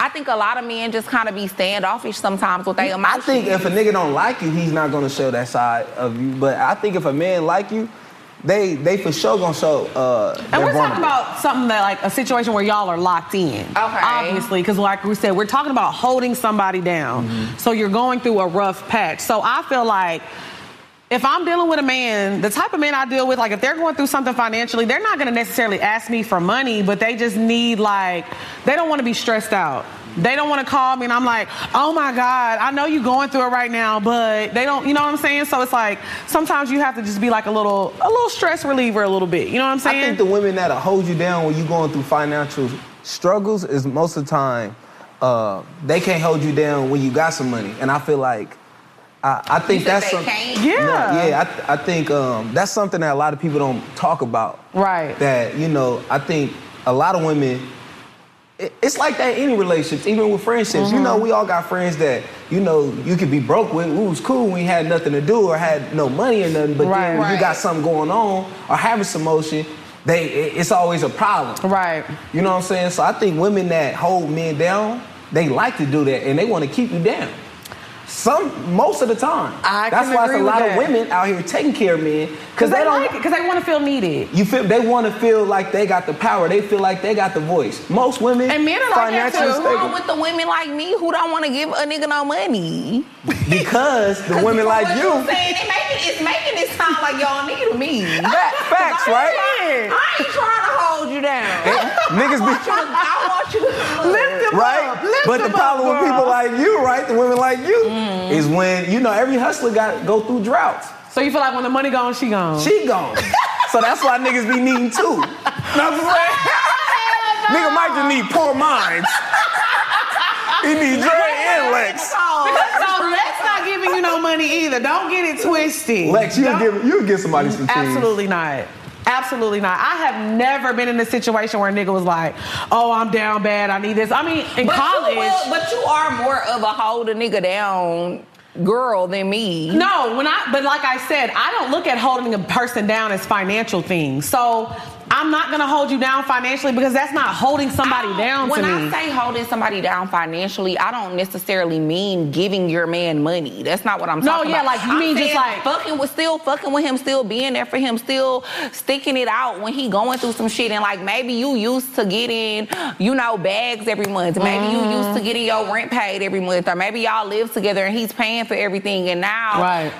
Speaker 2: I think a lot of men just kind of be standoffish sometimes with their
Speaker 3: I
Speaker 2: emotions.
Speaker 3: think if a nigga don't like you, he's not gonna show that side of you. But I think if a man like you, they they for sure gonna show. Uh,
Speaker 1: And
Speaker 3: they're
Speaker 1: we're talking
Speaker 3: vulnerable.
Speaker 1: about something that, like, a situation where y'all are locked in. Okay. Obviously, because, like we said, we're talking about
Speaker 3: Mm-hmm.
Speaker 1: holding somebody down. So you're going through a rough patch. So I feel like if I'm dealing with a man, the type of man I deal with, like if they're going through something financially, they're not going to necessarily ask me for money, but they just need like they don't want to be stressed out. They don't want to call me, and I'm like, oh my God, I know you're going through it right now, but they don't, you know what I'm saying? So it's like sometimes you have to just be like a little, a little stress reliever, a little bit. You know what I'm
Speaker 3: I
Speaker 1: saying?
Speaker 3: think the women that'll hold you down when you're going through financial struggles is most of the time uh, they can't hold you down when you got some money, and I feel like I, I think
Speaker 2: You said
Speaker 3: that's
Speaker 2: they
Speaker 3: some-
Speaker 2: can't?
Speaker 1: yeah.
Speaker 3: No, yeah, I, th- I think um, that's something that a lot of people don't talk about.
Speaker 1: Right.
Speaker 3: That you know, I think a lot of women. it- It's like that in any relationships, even with friendships. You
Speaker 1: Mm-hmm.
Speaker 3: know, we all got friends that you know you could be broke with. We was cool. We ain't had nothing to do or had no money or nothing. But
Speaker 1: Right.
Speaker 3: then when you got
Speaker 2: Right.
Speaker 3: something going on or having some emotion, they it- it's always a problem.
Speaker 1: Right.
Speaker 3: You know what I'm saying? So I think women that hold men down, they like to do that and they want to keep you down. Some most of the time.
Speaker 1: I
Speaker 3: That's
Speaker 1: can
Speaker 3: why it's a
Speaker 1: agree with
Speaker 3: lot
Speaker 1: that.
Speaker 3: of women out here taking care of men because
Speaker 1: Because
Speaker 3: they,
Speaker 1: they,
Speaker 3: don't.
Speaker 1: like it, because they want to feel needed.
Speaker 3: you feel they want to feel like they got the power. They feel like they got the voice. Most women
Speaker 1: And men are like that,
Speaker 3: financially
Speaker 1: too.
Speaker 2: What's wrong
Speaker 3: stable
Speaker 2: with the women like me who don't want to give a nigga no money?
Speaker 3: because the
Speaker 2: 'Cause
Speaker 3: women
Speaker 2: from
Speaker 3: like
Speaker 2: what
Speaker 3: you.
Speaker 2: saying, it making, it's making it sound like y'all need me.
Speaker 3: Fact- facts, right?
Speaker 2: I ain't trying to hold you down.
Speaker 3: Niggas be
Speaker 2: I want you to
Speaker 1: Lift them
Speaker 3: right?
Speaker 1: up. Lift
Speaker 3: but the
Speaker 1: them
Speaker 3: problem
Speaker 1: up,
Speaker 3: with people
Speaker 1: girl. Mm.
Speaker 3: like you, right? The women like you is when you know every hustler got go through droughts.
Speaker 1: So you feel like when the money gone, she gone.
Speaker 3: She gone. so that's why niggas be needing two. Know what I'm saying? Nigga might just need poor minds. he need Dre and Lex.
Speaker 1: so Lex not giving you no money either. Don't get it twisted.
Speaker 3: Lex, you'll
Speaker 1: Don't-
Speaker 3: give you'll give somebody some cheese.
Speaker 1: Absolutely not. Absolutely not. I have never been in a situation where a nigga was like, "Oh, I'm down bad. I need this." I mean, in
Speaker 2: But
Speaker 1: college.
Speaker 2: You will- but you are more of a hold a nigga down girl than me.
Speaker 1: No, when I but like I said, I don't look at holding a person down as financial things. So I'm not gonna hold you down financially because that's not holding somebody
Speaker 2: I don't-
Speaker 1: down
Speaker 2: when
Speaker 1: to
Speaker 2: I
Speaker 1: me.
Speaker 2: say holding somebody down financially, I don't necessarily mean giving your man money. That's not what I'm
Speaker 1: No,
Speaker 2: talking
Speaker 1: yeah,
Speaker 2: about.
Speaker 1: like, you
Speaker 2: I'm
Speaker 1: mean just
Speaker 2: saying
Speaker 1: like-
Speaker 2: fucking with still fucking with him, still being there for him, still sticking it out when he going through some shit and like maybe you used to getting, you know, bags every month. Maybe you used
Speaker 1: Mm-hmm.
Speaker 2: to getting your rent paid every month, or maybe y'all live together and he's paying for everything and now
Speaker 1: right.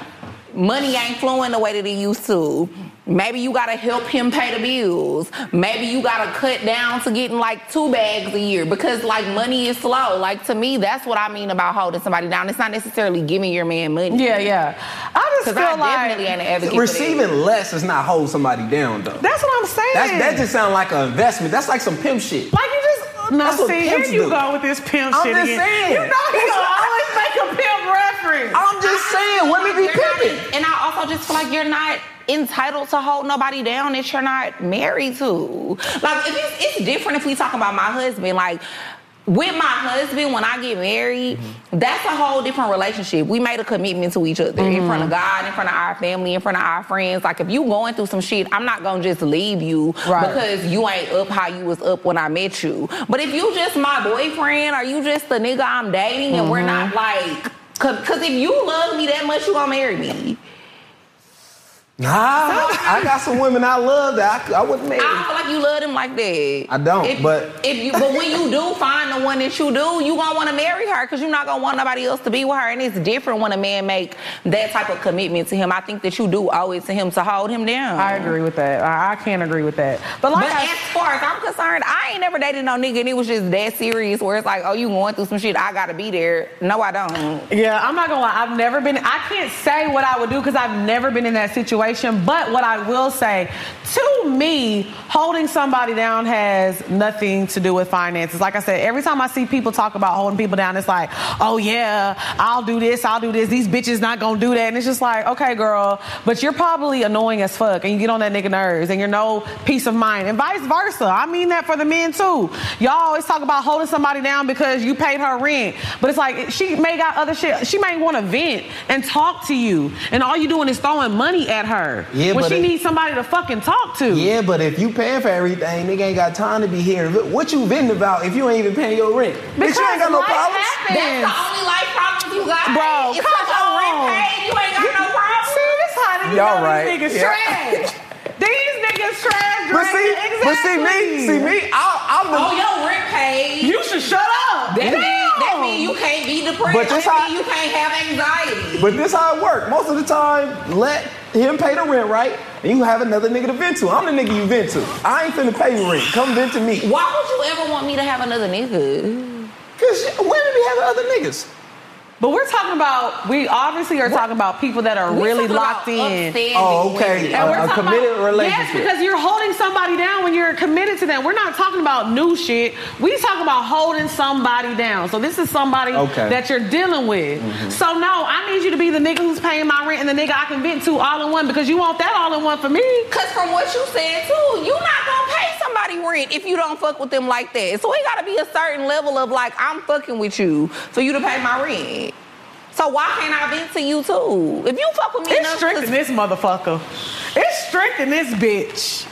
Speaker 2: money ain't flowing the way that it used to. Maybe you gotta help him pay the bills. Maybe you gotta cut down to getting like two bags a year because like money is slow. Like to me, that's what I mean about holding somebody down. It's not necessarily giving your man money.
Speaker 1: Yeah, yeah. I just
Speaker 2: Because
Speaker 1: feel
Speaker 2: I
Speaker 1: like
Speaker 2: definitely ain't an advocate.
Speaker 3: Receiving less is not hold somebody down though.
Speaker 1: that's what I'm saying.
Speaker 3: That's, that just sound like an investment. That's like some pimp shit.
Speaker 1: Like you just now
Speaker 3: That's what
Speaker 1: see here
Speaker 3: pimps
Speaker 1: you
Speaker 3: do.
Speaker 1: go with this pimp
Speaker 3: I'm
Speaker 1: shit
Speaker 3: just
Speaker 1: again.
Speaker 3: saying.
Speaker 1: You know he gonna always make a pimp reference.
Speaker 3: I'm just saying, women be pimping.
Speaker 2: And I also just feel like you're not entitled to hold nobody down that you're not married to. Like if it's, it's different if we talk about my husband, like. With my husband, when I get married,
Speaker 3: Mm-hmm.
Speaker 2: that's a whole different relationship. We made a commitment to each other in
Speaker 3: Mm-hmm.
Speaker 2: front of God, in front of our family, in front of our friends. Like if you going through some shit, I'm not gonna just leave you
Speaker 1: Right.
Speaker 2: because you ain't up how you was up when I met you. But if you just my boyfriend, or you just the nigga I'm dating, and we're
Speaker 3: Mm-hmm.
Speaker 2: not like, cause, 'cause if you love me that much, you gonna marry me.
Speaker 3: Nah, I got some women I love that I, c- I wouldn't marry.
Speaker 2: I don't feel like you love them like that.
Speaker 3: I don't,
Speaker 2: If-
Speaker 3: but-
Speaker 2: if you, but when you do find the one that you do, you gonna want to marry her because you're not gonna want nobody else to be with her. And it's different when a man make that type of commitment to him. I think that you do owe it to him to hold him down.
Speaker 1: I agree with that. I, I can't agree with that. But like
Speaker 2: But
Speaker 1: I
Speaker 2: as far as I'm concerned, I ain't never dated no nigga and it was just that serious where it's like, oh, you going through some shit, I gotta be there. No, I don't.
Speaker 1: Yeah, I'm not gonna lie. I've never been. I can't say what I would do because I've never been in that situation. But what I will say, to me, holding somebody down has nothing to do with finances. Like I said, every time I see people talk about holding people down, it's like, oh yeah, I'll do this, I'll do this. These bitches not gonna do that, and it's just like, okay, girl, but you're probably annoying as fuck, and you get on that nigga nerves, and you're no peace of mind, and vice versa. I mean that for the men too. Y'all always talk about holding somebody down because you paid her rent, but it's like she may got other shit. She may want to vent and talk to you, and all you doing is throwing money at her
Speaker 3: Yeah,
Speaker 1: when
Speaker 3: but
Speaker 1: she
Speaker 3: it-
Speaker 1: needs somebody to fucking talk to.
Speaker 3: Yeah, but if you paying for everything, nigga ain't got time to be here. What you venting about if you ain't even paying your rent? Bitch,
Speaker 1: Because
Speaker 3: you ain't got no
Speaker 1: life
Speaker 3: problems.
Speaker 1: happens.
Speaker 2: That's the only life problem you got.
Speaker 1: Bro,
Speaker 2: It's
Speaker 1: come
Speaker 2: like your rent
Speaker 1: on.
Speaker 2: paid, you ain't got no problem.
Speaker 1: See, this how you
Speaker 3: Y'all
Speaker 1: know
Speaker 3: right.
Speaker 1: these niggas
Speaker 3: Yeah.
Speaker 1: trash. these niggas trash.
Speaker 3: But see,
Speaker 1: Drake.
Speaker 3: but see me,
Speaker 1: Exactly.
Speaker 3: see me, I, I'm the
Speaker 2: Oh, your rent paid.
Speaker 1: You should shut up.
Speaker 2: That
Speaker 1: Damn.
Speaker 2: means that mean you can't be depressed.
Speaker 3: But this
Speaker 2: that
Speaker 3: how-
Speaker 2: mean you can't have anxiety.
Speaker 3: But this how it work. Most of the time, let him pay the rent, right? And you have another nigga to vent to. I'm the nigga you vent to. I ain't finna pay you rent. Come vent to me.
Speaker 2: Why would you ever want me to have another nigga?
Speaker 3: Cause shit, women be having other niggas.
Speaker 1: But we're talking about, we obviously are talking about people that are
Speaker 2: We
Speaker 1: really
Speaker 2: talking about
Speaker 1: locked in.
Speaker 2: upstanding
Speaker 3: Oh, okay.
Speaker 2: women.
Speaker 1: And we're
Speaker 3: A- a
Speaker 1: talking
Speaker 3: committed
Speaker 1: about, Yes,
Speaker 3: relationship.
Speaker 1: because you're holding somebody down when you're committed to them. We're not talking about new shit. We talking about holding somebody down. So this is somebody
Speaker 3: Okay. Mm-hmm.
Speaker 1: that you're dealing with. So no, I need you to be the nigga who's paying my rent and the nigga I can vent to all in one because you want that all in one for me.
Speaker 2: Cause from what you said too, you not gonna pay somebody rent if you don't fuck with them like that. So it gotta be a certain level of like I'm fucking with you for you to pay my rent. So why can't I vent to you too? If you fuck with me
Speaker 1: It's
Speaker 2: enough,
Speaker 1: strict in
Speaker 2: to-
Speaker 1: this motherfucker. It's strict in this bitch.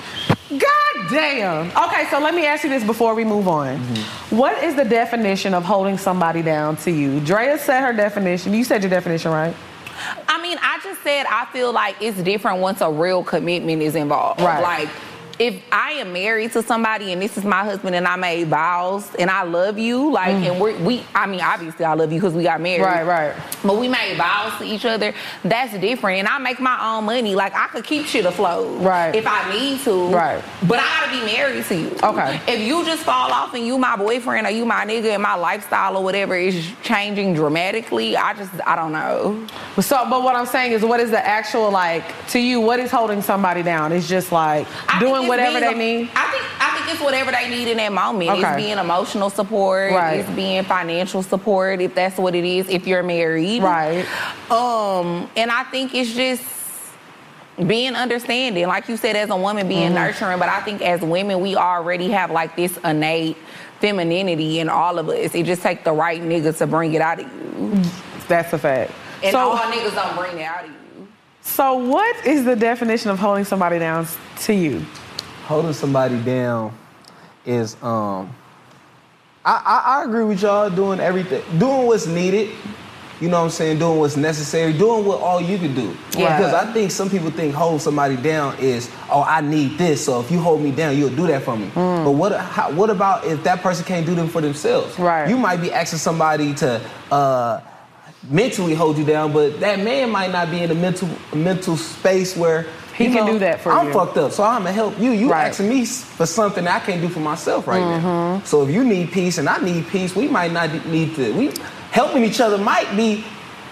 Speaker 1: God damn. Okay, so let me ask you this before we move on.
Speaker 2: Mm-hmm.
Speaker 1: What is the definition of holding somebody down to you? Drea said her definition. You said your definition, right?
Speaker 2: I mean, I just said I feel like it's different once a real commitment is involved.
Speaker 1: Right.
Speaker 2: Like if I am married to somebody and this is my husband and I made vows and I love you, like and we're we I mean obviously I love you because we got married.
Speaker 1: Mm. Right, right.
Speaker 2: But we made vows to each other. That's different. And I make my own money. Like I could keep shit afloat.
Speaker 1: Right.
Speaker 2: If I need to.
Speaker 1: Right.
Speaker 2: But I gotta be married to you.
Speaker 1: Okay.
Speaker 2: If you just fall off and you my boyfriend or you my nigga and my lifestyle or whatever is changing dramatically, I just I don't know.
Speaker 1: So, but what I'm saying is, what is the actual like to you? What is holding somebody down? It's just like
Speaker 2: I think
Speaker 1: doing
Speaker 2: it's
Speaker 1: whatever they
Speaker 2: being-
Speaker 1: need.
Speaker 2: I think I think it's whatever they need in that moment.
Speaker 1: Okay.
Speaker 2: It's being emotional support.
Speaker 1: Right.
Speaker 2: It's being financial support if that's what it is. If you're married,
Speaker 1: Right.
Speaker 2: Um, and I think it's just being understanding, like you said, as a woman being nurturing. But I think as women, we already have like this innate femininity in all of us. It just takes the right nigga to bring it out of you,
Speaker 1: That's a fact.
Speaker 2: and all
Speaker 1: So,
Speaker 2: niggas don't bring it out of you.
Speaker 1: so what is the definition of holding somebody down to you?
Speaker 3: Holding somebody down is um I, I, I agree with y'all doing everything. Doing what's needed. You know what I'm saying? Doing what's necessary. Doing what all you can do.
Speaker 2: Yeah.
Speaker 3: Because I think some people think hold somebody down is, oh, I need this. So if you hold me down, you'll do that for me.
Speaker 1: Mm.
Speaker 3: But what how, what about if that person can't do them for themselves?
Speaker 1: Right.
Speaker 3: You might be asking somebody to uh, mentally hold you down, but that man might not be in a mental mental space where
Speaker 1: He
Speaker 3: you
Speaker 1: can
Speaker 3: know,
Speaker 1: do that for
Speaker 3: I'm
Speaker 1: you.
Speaker 3: fucked fucked up. So I'm gonna help you. You
Speaker 1: Right. Mm-hmm.
Speaker 3: asking me s- for something I can't do for myself right now. So if you need peace and I need peace, we might not d- need to. We helping each other might be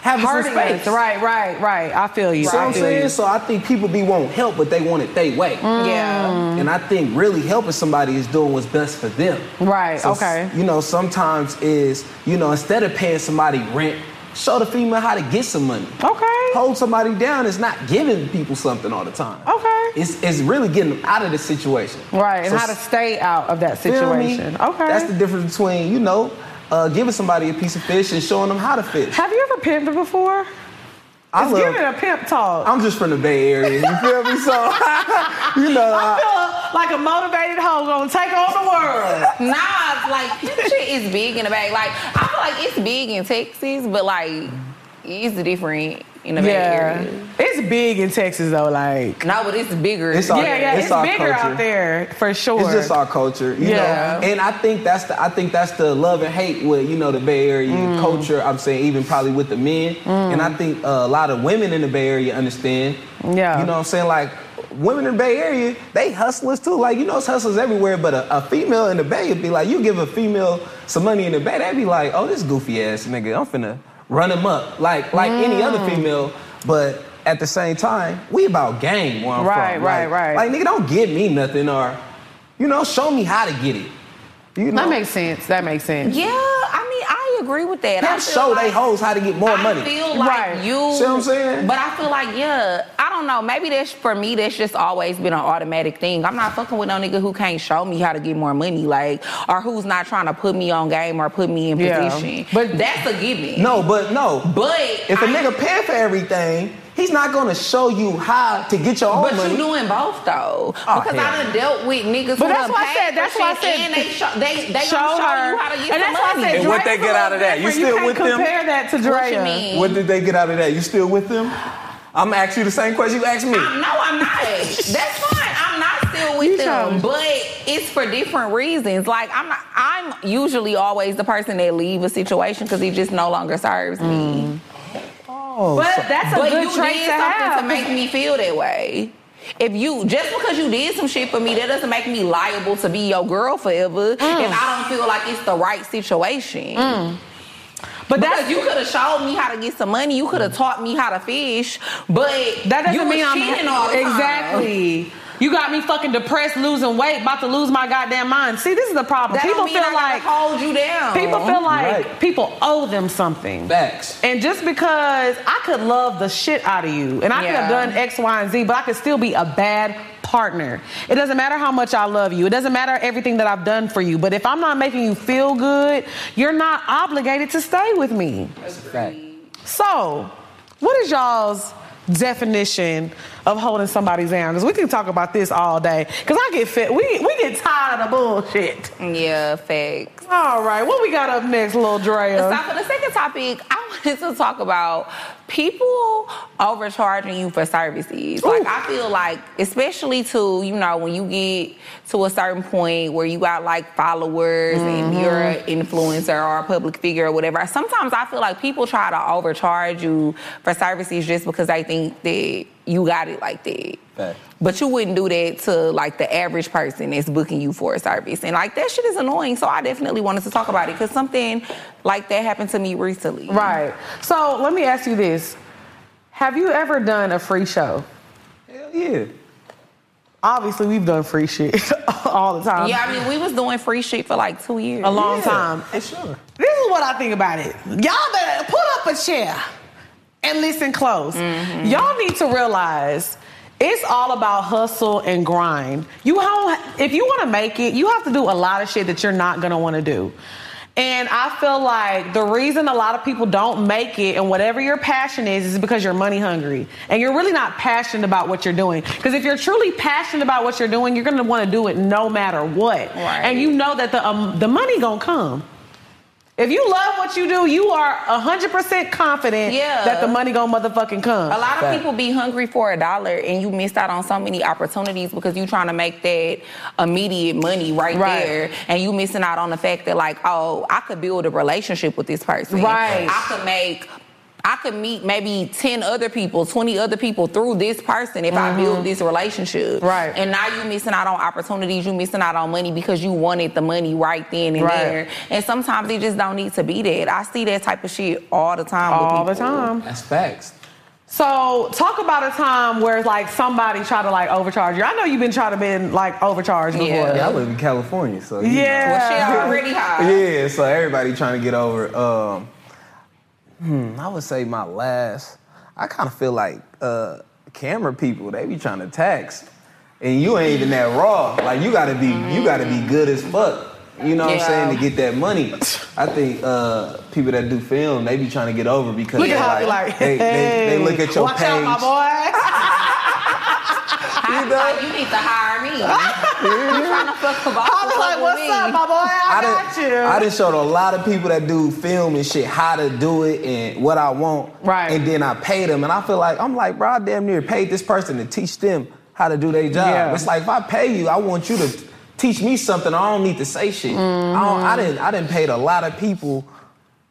Speaker 3: having
Speaker 1: Hurting
Speaker 3: some space.
Speaker 1: us. Right, right, right. I feel you.
Speaker 3: You see what
Speaker 1: I
Speaker 3: I'm
Speaker 1: feel you.
Speaker 3: saying? So I think people be want help, but they want it their way.
Speaker 1: Mm-hmm.
Speaker 2: Yeah.
Speaker 3: And I think really helping somebody is doing what's best for them.
Speaker 1: Right,
Speaker 3: So,
Speaker 1: okay.
Speaker 3: You know, sometimes is you know instead of paying somebody rent, show the female how to get some money.
Speaker 1: Okay.
Speaker 3: Hold somebody down is not giving people something all the time.
Speaker 1: Okay.
Speaker 3: It's, it's really getting them out of the situation.
Speaker 1: Right, and
Speaker 3: So
Speaker 1: how to stay out of that
Speaker 3: feel me?
Speaker 1: situation. Okay.
Speaker 3: That's the difference between, you know, uh, giving somebody a piece of fish and showing them how to fish.
Speaker 1: Have you ever pimped before?
Speaker 3: I
Speaker 1: Let's give it a pimp talk.
Speaker 3: I'm just from the Bay Area, you feel me? So, you know,
Speaker 1: I
Speaker 3: I,
Speaker 1: feel like a motivated hoe gonna take on the world.
Speaker 2: Nah, like this shit is big in the bag. Like I feel like it's big in Texas, but like it's different in the
Speaker 1: Yeah,
Speaker 2: Bay Area.
Speaker 1: it's big in Texas though. Like,
Speaker 2: No, but it's bigger.
Speaker 3: It's all-
Speaker 1: yeah, yeah,
Speaker 3: it's
Speaker 1: it's,
Speaker 3: our
Speaker 1: bigger
Speaker 3: culture.
Speaker 1: out there for sure.
Speaker 3: it's just our culture, you
Speaker 1: Yeah.
Speaker 3: know. And I think that's the I think that's the love and hate with you know the Bay Area
Speaker 1: Mm.
Speaker 3: culture. I'm saying even probably with the men, and I think uh, a lot of women in the Bay Area understand.
Speaker 1: Yeah.
Speaker 3: you know what I'm saying like. Women in the Bay Area, they hustlers too. Like you know, it's hustlers everywhere. But a, a female in the Bay would be like, you give a female some money in the Bay, they'd be like, oh, this goofy ass nigga, I'm finna run him up, like like any other
Speaker 1: Mm.
Speaker 3: female. But at the same time, we about game where I'm
Speaker 1: Right,
Speaker 3: from.
Speaker 1: right,
Speaker 3: Like-
Speaker 1: right.
Speaker 3: Like nigga, don't give me nothing or, you know, show me how to get it. You know,
Speaker 1: that makes sense. That makes sense.
Speaker 2: yeah, I mean, I agree with that. I
Speaker 3: them
Speaker 2: feel
Speaker 3: show they
Speaker 2: like-
Speaker 3: hoes how to get more
Speaker 2: I
Speaker 3: money.
Speaker 2: feel like
Speaker 1: Right.
Speaker 2: you.
Speaker 3: See what I'm saying?
Speaker 2: But I feel like yeah, I don't know. Maybe that's for me. That's just always been an automatic thing. I'm not fucking with no nigga who can't show me how to get more money, like, or who's not trying to put me on game or put me in
Speaker 1: Yeah.
Speaker 2: position.
Speaker 1: But-
Speaker 2: But that's a given.
Speaker 3: no, but no.
Speaker 2: But
Speaker 3: If a
Speaker 2: a
Speaker 3: nigga paying for everything, he's not gonna show you how to get your own
Speaker 2: But
Speaker 3: money.
Speaker 2: you doing both though,
Speaker 3: Oh,
Speaker 2: because
Speaker 3: hell.
Speaker 2: I done dealt with
Speaker 1: But
Speaker 2: niggas. who
Speaker 1: that's
Speaker 2: done
Speaker 1: why I
Speaker 2: paid
Speaker 1: said-
Speaker 2: for
Speaker 1: that's why I
Speaker 2: shit,
Speaker 1: said-
Speaker 2: and they show, they they
Speaker 1: Show
Speaker 2: show, show
Speaker 1: her,
Speaker 2: you how to get
Speaker 1: and
Speaker 2: the
Speaker 1: that's why I
Speaker 2: money.
Speaker 1: said
Speaker 4: And what
Speaker 1: Drea's
Speaker 4: they
Speaker 1: a
Speaker 4: get
Speaker 1: little
Speaker 4: out of that? You
Speaker 1: different.
Speaker 4: still
Speaker 1: can't
Speaker 4: with them?
Speaker 1: Compare that to Drea.
Speaker 2: What you mean?
Speaker 3: what did they get out of that? You still with them? I'm gonna ask you the same question you asked me.
Speaker 2: I'm, no, I'm not. That's fine. I'm not still with with
Speaker 1: You
Speaker 2: them,
Speaker 1: childish.
Speaker 2: but it's for different reasons. Like I'm, not, I'm usually always the person that leave a situation because it just no longer serves me.
Speaker 1: But that's a
Speaker 2: Oh, but
Speaker 1: good
Speaker 2: you
Speaker 1: trait
Speaker 2: did
Speaker 1: to
Speaker 2: something
Speaker 1: have.
Speaker 2: to make me feel that way. If you just because you did some shit for me, that doesn't make me liable to be your girl forever. If I don't feel like it's the right situation.
Speaker 1: But
Speaker 2: Because
Speaker 1: that's
Speaker 2: you could have showed me how to get some money. You could have taught me how to fish, but
Speaker 1: that doesn't
Speaker 2: you was
Speaker 1: mean I'm
Speaker 2: cheating all the time.
Speaker 1: exactly. You got me fucking depressed, losing weight, about to lose my goddamn mind. See, this is the problem.
Speaker 2: That
Speaker 1: people
Speaker 2: don't mean
Speaker 1: feel
Speaker 2: I gotta
Speaker 1: like
Speaker 2: hold you down.
Speaker 1: people feel like
Speaker 3: Right.
Speaker 1: people owe them something.
Speaker 3: Facts.
Speaker 1: And just because I could love the shit out of you, and I could have
Speaker 2: Yeah.
Speaker 1: done X, Y, and Z, but I could still be a bad partner. It doesn't matter how much I love you. It doesn't matter everything that I've done for you. But if I'm not making you feel good, you're not obligated to stay with me.
Speaker 3: Fact.
Speaker 1: So, what is y'all's definition of holding somebody down? Because we can talk about this all day. Because I get fit. We we get tired of bullshit.
Speaker 2: Yeah, facts.
Speaker 1: All right, what we got up next, little
Speaker 2: So
Speaker 1: Drea?
Speaker 2: for the second topic, I wanted to talk about people overcharging you for services. Like I feel like, especially to you know, when you get to a certain point where you got like followers and you're an influencer or a public figure or whatever. Sometimes I feel like people try to overcharge you for services just because they think that you got it like that.
Speaker 3: Fact.
Speaker 2: But you wouldn't do that to like the average person that's booking you for a service. And like that shit is annoying. So I definitely wanted to talk about it because something like that happened to me recently.
Speaker 1: Right. So let me ask you this: Have you ever done a free show?
Speaker 3: Hell yeah.
Speaker 1: Obviously, we've done free shit all the time.
Speaker 2: Yeah, I mean, we was doing free shit for like two years.
Speaker 1: A long
Speaker 3: yeah.
Speaker 1: time.
Speaker 3: For sure.
Speaker 1: This is what I think about it. Y'all better put up a chair and listen close. Y'all need to realize it's all about hustle and grind. You don't, if you want to make it, you have to do a lot of shit that you're not gonna want to do. And I feel like the reason a lot of people don't make it and whatever your passion is is because you're money hungry and you're really not passionate about what you're doing. Because if you're truly passionate about what you're doing, you're gonna want to do it no matter what.
Speaker 2: Right.
Speaker 1: And you know that the um, the money gonna come. If you love what you do, you are 100% confident
Speaker 2: Yeah.
Speaker 1: that the money gonna motherfucking come.
Speaker 2: A lot of
Speaker 3: Fact.
Speaker 2: people be hungry for a dollar and you missed out on so many opportunities because you trying to make that immediate money right,
Speaker 1: Right.
Speaker 2: there. And you missing out on the fact that like, oh, I could build a relationship with this person.
Speaker 1: Right.
Speaker 2: I could make I could meet maybe 10 other people, 20 other people through this person if I build this relationship.
Speaker 1: Mm-hmm. Right.
Speaker 2: And now you missing out on opportunities, you missing out on money because you wanted the money right then and
Speaker 1: Right.
Speaker 2: there. And sometimes it just don't need to be that. I see that type of shit all the time. with
Speaker 1: All the
Speaker 2: people.
Speaker 1: time.
Speaker 3: That's facts.
Speaker 1: So talk about a time where like somebody tried to like overcharge you. I know you've been trying to been like overcharged before.
Speaker 2: Yeah.
Speaker 3: Yeah, I live in California, so you know.
Speaker 1: Yeah.
Speaker 2: Well, shit already high.
Speaker 3: Yeah, so everybody trying to get over. Um, hmm, I would say my last. I kind of feel like uh, camera people. They be trying to tax, and you ain't even that raw. Like you gotta be, you gotta be
Speaker 1: Mm-hmm.
Speaker 3: good as fuck. You know what
Speaker 2: Yeah.
Speaker 3: I'm saying to get that money. I think uh, people that do film, they be trying to get over because
Speaker 1: Look at
Speaker 3: they
Speaker 1: how you
Speaker 3: like,
Speaker 1: like.
Speaker 3: they, they, they
Speaker 1: hey,
Speaker 3: look at your
Speaker 1: Watch
Speaker 3: page.
Speaker 1: out, my boy.
Speaker 2: I
Speaker 3: You know?
Speaker 2: thought you need to hire me. I'm trying to fuck about
Speaker 1: I'll be like, what's up, my boy? I,
Speaker 3: done-
Speaker 1: got you.
Speaker 3: I done showed a lot of people that do film and shit how to do it and what I want.
Speaker 1: Right.
Speaker 3: And then I paid them, and I feel like I'm like, bro, I damn near paid this person to teach them how to do their job.
Speaker 1: Yeah.
Speaker 3: It's like if I pay you, I want you to teach me something. I don't need to say shit. I, don't, I didn't. I didn't paid a lot of people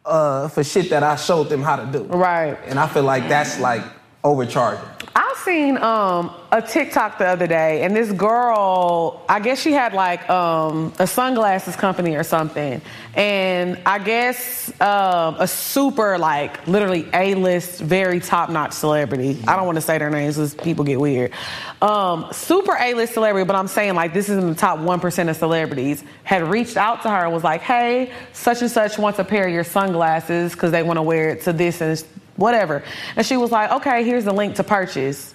Speaker 3: uh, for shit that I showed them how to do.
Speaker 1: Right.
Speaker 3: And I feel like that's like overcharging.
Speaker 1: I seen um, a TikTok the other day, and this girl, I guess she had like um, a sunglasses company or something, and I guess um, a super like literally A list, very top notch celebrity. I don't want to say their names because people get weird. Um, super A list celebrity, but I'm saying like this is in the top one percent of celebrities had reached out to her and was like, "Hey, such and such wants a pair of your sunglasses because they want to wear it to this and." whatever. And she was like, okay, here's the link to purchase.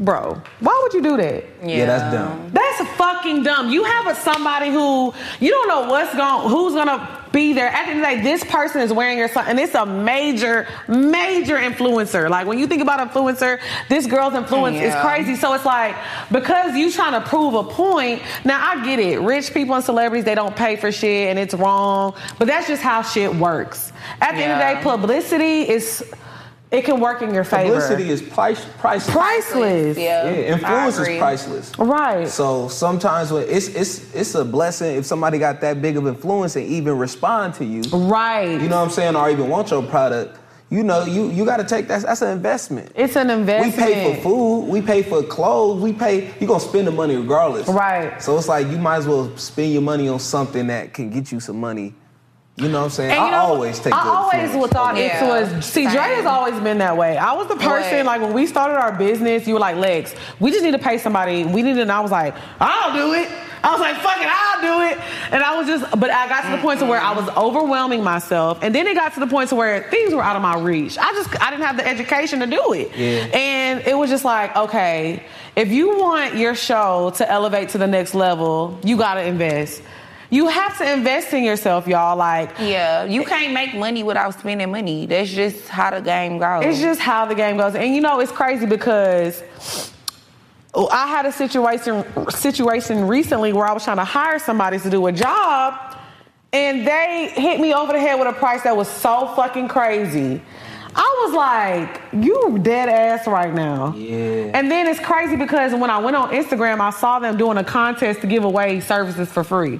Speaker 1: Bro, why would you do that?
Speaker 3: Yeah, that's dumb.
Speaker 1: That's fucking dumb. You have a somebody who you don't know what's going, who's gonna be there. At the end of the day, this person is wearing your son, and it's a major, major influencer. Like when you think about influencer, this girl's influence is
Speaker 2: Yeah.
Speaker 1: crazy. So it's like because you trying to prove a point. Now I get it. Rich people and celebrities they don't pay for shit, and it's wrong. But that's just how shit works. At the end of the
Speaker 2: Yeah.
Speaker 1: day, publicity is. it can work in your favor.
Speaker 3: Publicity is price, priceless.
Speaker 1: priceless.
Speaker 2: Yeah.
Speaker 3: Yeah, influence
Speaker 2: I
Speaker 3: is
Speaker 2: agree.
Speaker 3: priceless.
Speaker 1: Right.
Speaker 3: So sometimes when it's it's it's a blessing if somebody got that big of influence and even respond to you.
Speaker 1: right.
Speaker 3: You know what I'm saying, or even want your product. You know, you you got to take that. That's an investment.
Speaker 1: it's an
Speaker 3: We
Speaker 1: investment.
Speaker 3: pay for food. We pay for clothes. We pay. You gonna spend the money regardless.
Speaker 1: Right.
Speaker 3: So it's like you might as well spend your money on something that can get you some money. You know what I'm saying?
Speaker 1: And
Speaker 3: I
Speaker 1: you know,
Speaker 3: always take.
Speaker 1: I
Speaker 3: the
Speaker 1: always
Speaker 3: influence.
Speaker 1: thought it
Speaker 2: Yeah.
Speaker 1: was. See, Dre has
Speaker 2: Same.
Speaker 1: always been that way. I was the person
Speaker 2: Right.
Speaker 1: like when we started our business, you were like, Lex, we just need to pay somebody. We need, to, and I was like, I'll do it. I was like, fuck it, I'll do it. And I was just, but I got to the point to where I was overwhelming myself, and then it got to the point to where things were out of my reach. I just, I didn't have the education to do it.
Speaker 3: Yeah.
Speaker 1: And it was just like, okay, if you want your show to elevate to the next level, you got to invest. You have to invest in yourself, y'all. Like,
Speaker 2: Yeah, you can't make money without spending money. That's just how the game goes.
Speaker 1: It's just how the game goes, and you know it's crazy because oh, I had a situation situation recently where I was trying to hire somebody to do a job, and they hit me over the head with a price that was so fucking crazy. I was like, "You dead ass right now."
Speaker 3: Yeah.
Speaker 1: And then it's crazy because when I went on Instagram, I saw them doing a contest to give away services for free.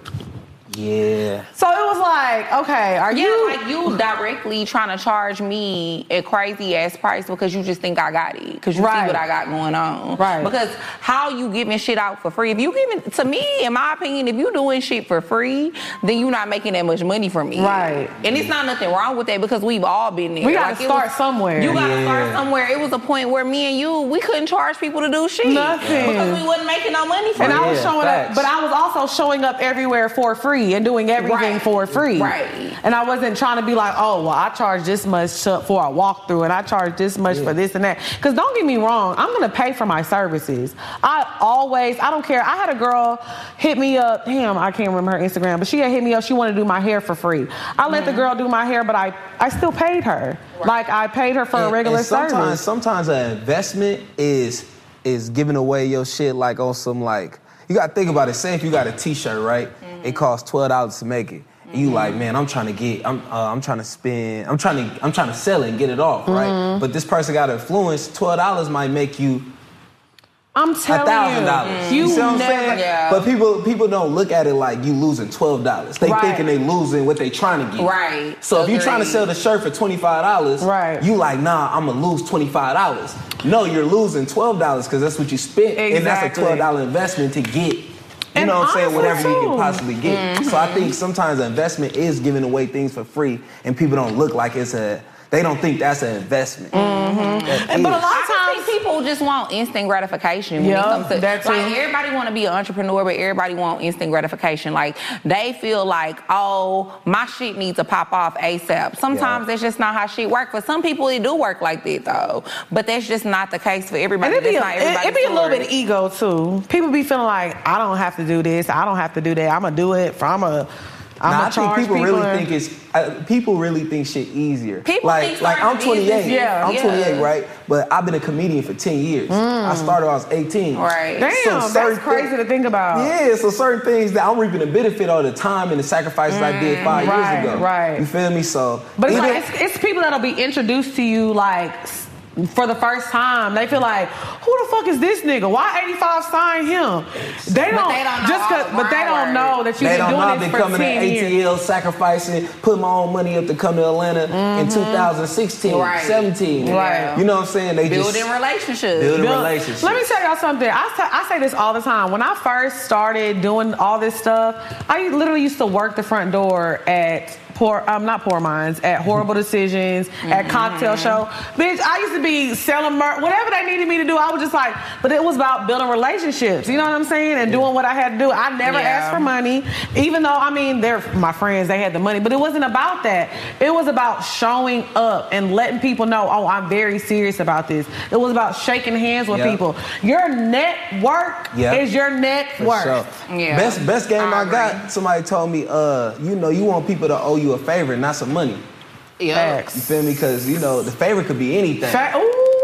Speaker 3: Yeah.
Speaker 1: So it was like, okay, are
Speaker 2: yeah,
Speaker 1: you
Speaker 2: like you directly trying to charge me a crazy ass price because you just think I got it because you
Speaker 1: Right.
Speaker 2: see what I got going on.
Speaker 1: Right.
Speaker 2: Because how you giving shit out for free? If you giving to me, in my opinion, if you doing shit for free, then you not making that much money from me.
Speaker 1: Right.
Speaker 2: And it's not nothing wrong with that because we've all been there.
Speaker 1: We gotta
Speaker 2: it
Speaker 1: start somewhere.
Speaker 2: You gotta
Speaker 3: Yeah.
Speaker 2: start somewhere. It was a point where me and you we couldn't charge people to do shit
Speaker 1: Nothing.
Speaker 2: because we wasn't making no money from
Speaker 1: And
Speaker 2: it.
Speaker 1: I was
Speaker 3: Yeah,
Speaker 1: showing up,
Speaker 3: facts.
Speaker 1: but I was also showing up everywhere for free and doing everything
Speaker 2: Right.
Speaker 1: for free.
Speaker 2: Right.
Speaker 1: And I wasn't trying to be like, oh, well, I charge this much to- for a walkthrough and I charge this much for this and that. Because don't get me wrong, I'm going to pay for my services. I always, I don't care. I had a girl hit me up. Damn, I can't remember her Instagram, but she had hit me up. She wanted to do my hair for free. I let the girl do my hair, but I, I still paid her. Like, I paid her for a
Speaker 3: And-
Speaker 1: regular
Speaker 3: and sometimes,
Speaker 1: service.
Speaker 3: Sometimes an investment is is giving away your shit like on some like you gotta think about it. Say if you got a T-shirt, right?
Speaker 1: Mm-hmm.
Speaker 3: It costs twelve dollars to make it. And you like, man, I'm trying to get, I'm, uh, I'm trying to spend, I'm trying to, I'm trying to sell it and get it off,
Speaker 1: Mm-hmm.
Speaker 3: right? But this person got influence. Twelve dollars might make you
Speaker 1: I'm
Speaker 3: a
Speaker 1: telling
Speaker 3: thousand
Speaker 1: you,
Speaker 3: dollars.
Speaker 1: you,
Speaker 3: You see what I'm
Speaker 1: never,
Speaker 3: saying?
Speaker 2: Yeah.
Speaker 3: But people, people don't look at it like you losing twelve dollars. They
Speaker 1: Right.
Speaker 3: thinking they losing what they trying to get.
Speaker 2: Right.
Speaker 3: So if you're trying to
Speaker 2: Agreed.
Speaker 3: sell the shirt for twenty five dollars,
Speaker 1: Right.
Speaker 3: You like, nah, I'm gonna lose twenty five dollars. No, you're losing twelve dollars because that's what you spent, and that's a
Speaker 1: Exactly.
Speaker 3: twelve dollar investment to get. You
Speaker 1: And
Speaker 3: know what I'm saying?
Speaker 1: honestly, mm-hmm.
Speaker 3: Whatever you
Speaker 1: too.
Speaker 3: can possibly get. So I think sometimes investment is giving away things for free, and people don't look like it's a. They don't think that's an investment. That
Speaker 1: Mm-hmm. And- but a
Speaker 3: is.
Speaker 1: lot-
Speaker 2: I just
Speaker 1: Sometimes-
Speaker 2: think people just want instant gratification when
Speaker 1: Yeah,
Speaker 2: it comes to
Speaker 1: that too.
Speaker 2: like everybody want to be an entrepreneur, but everybody want instant gratification. Like they feel like, oh, my shit needs to pop off ASAP. Sometimes
Speaker 3: Yeah.
Speaker 2: that's just not how shit work. For some people, it do work like that though, but that's just not the case for
Speaker 1: And
Speaker 2: everybody.
Speaker 1: it'd be,
Speaker 2: That's
Speaker 1: a, it-
Speaker 2: not everybody's
Speaker 1: it'd be a little bit
Speaker 2: story.
Speaker 1: of ego too. People be feeling like I don't have to do this. I don't have to do that. I'm gonna do it. I'm a. I'm
Speaker 3: Nah,
Speaker 1: gonna
Speaker 3: I think
Speaker 1: charge
Speaker 3: people, really
Speaker 1: and-
Speaker 3: think it's uh, people really think shit easier.
Speaker 2: People
Speaker 3: like
Speaker 2: think
Speaker 3: like
Speaker 2: starting
Speaker 3: I'm
Speaker 2: a
Speaker 3: 28.
Speaker 2: business is-
Speaker 1: Yeah.
Speaker 3: I'm
Speaker 2: yeah.
Speaker 3: 28, right? But I've been a comedian for 10 years. I started when I was 18.
Speaker 2: Right.
Speaker 1: Mm. Damn,
Speaker 3: So certain
Speaker 1: that's crazy
Speaker 3: thi-
Speaker 1: to think about.
Speaker 3: Yeah, so certain things that I'm reaping the benefit of the time and the sacrifices I did five
Speaker 1: Mm, right,
Speaker 3: years ago.
Speaker 1: right.
Speaker 3: You feel me? So
Speaker 1: But it's,
Speaker 3: even-
Speaker 1: like, it's, it's people that'll be introduced to you like s- for the first time. They feel like, who the fuck is this nigga? Why 85 sign him? They don't,
Speaker 2: they don't know
Speaker 1: just
Speaker 2: all
Speaker 1: 'cause-
Speaker 2: the
Speaker 1: but they don't
Speaker 2: word.
Speaker 1: know that you've
Speaker 3: they
Speaker 1: been
Speaker 3: don't know I've
Speaker 1: doing
Speaker 3: been
Speaker 1: this for
Speaker 3: coming to
Speaker 1: 10 years.
Speaker 3: ATL, sacrificing, putting my own money up to come to Atlanta
Speaker 1: Mm-hmm.
Speaker 3: in 2016,
Speaker 2: Right.
Speaker 3: 17.
Speaker 2: Right.
Speaker 3: You know what I'm saying? They
Speaker 2: building
Speaker 3: just
Speaker 2: relationships.
Speaker 3: building
Speaker 1: Bill,
Speaker 3: relationships.
Speaker 1: Let me tell y'all something. I t- I say this all the time. When I first started doing all this stuff, I literally used to work the front door at poor, um, not poor minds, at horrible decisions, at cocktail show. Bitch, I used to be selling merch, whatever they needed me to do. I was just like, but it was about building relationships. You know what I'm saying? And doing what I had to do. I never
Speaker 2: Yeah.
Speaker 1: asked for money, even though I mean they're my friends. They had the money, but it wasn't about that. It was about showing up and letting people know, oh, I'm very serious about this. It was about shaking hands with
Speaker 3: Yeah.
Speaker 1: people. Your network
Speaker 3: Yeah.
Speaker 1: is your net
Speaker 3: For
Speaker 1: worth.
Speaker 3: sure.
Speaker 2: Yeah.
Speaker 3: Best best game I,
Speaker 2: I
Speaker 3: got. Somebody told me, uh, you know, you want people to owe you a favor, not some money.
Speaker 2: Yeah.
Speaker 1: Facts.
Speaker 3: You feel me? Because you know the favor could be anything.
Speaker 1: Fa- ooh-wee.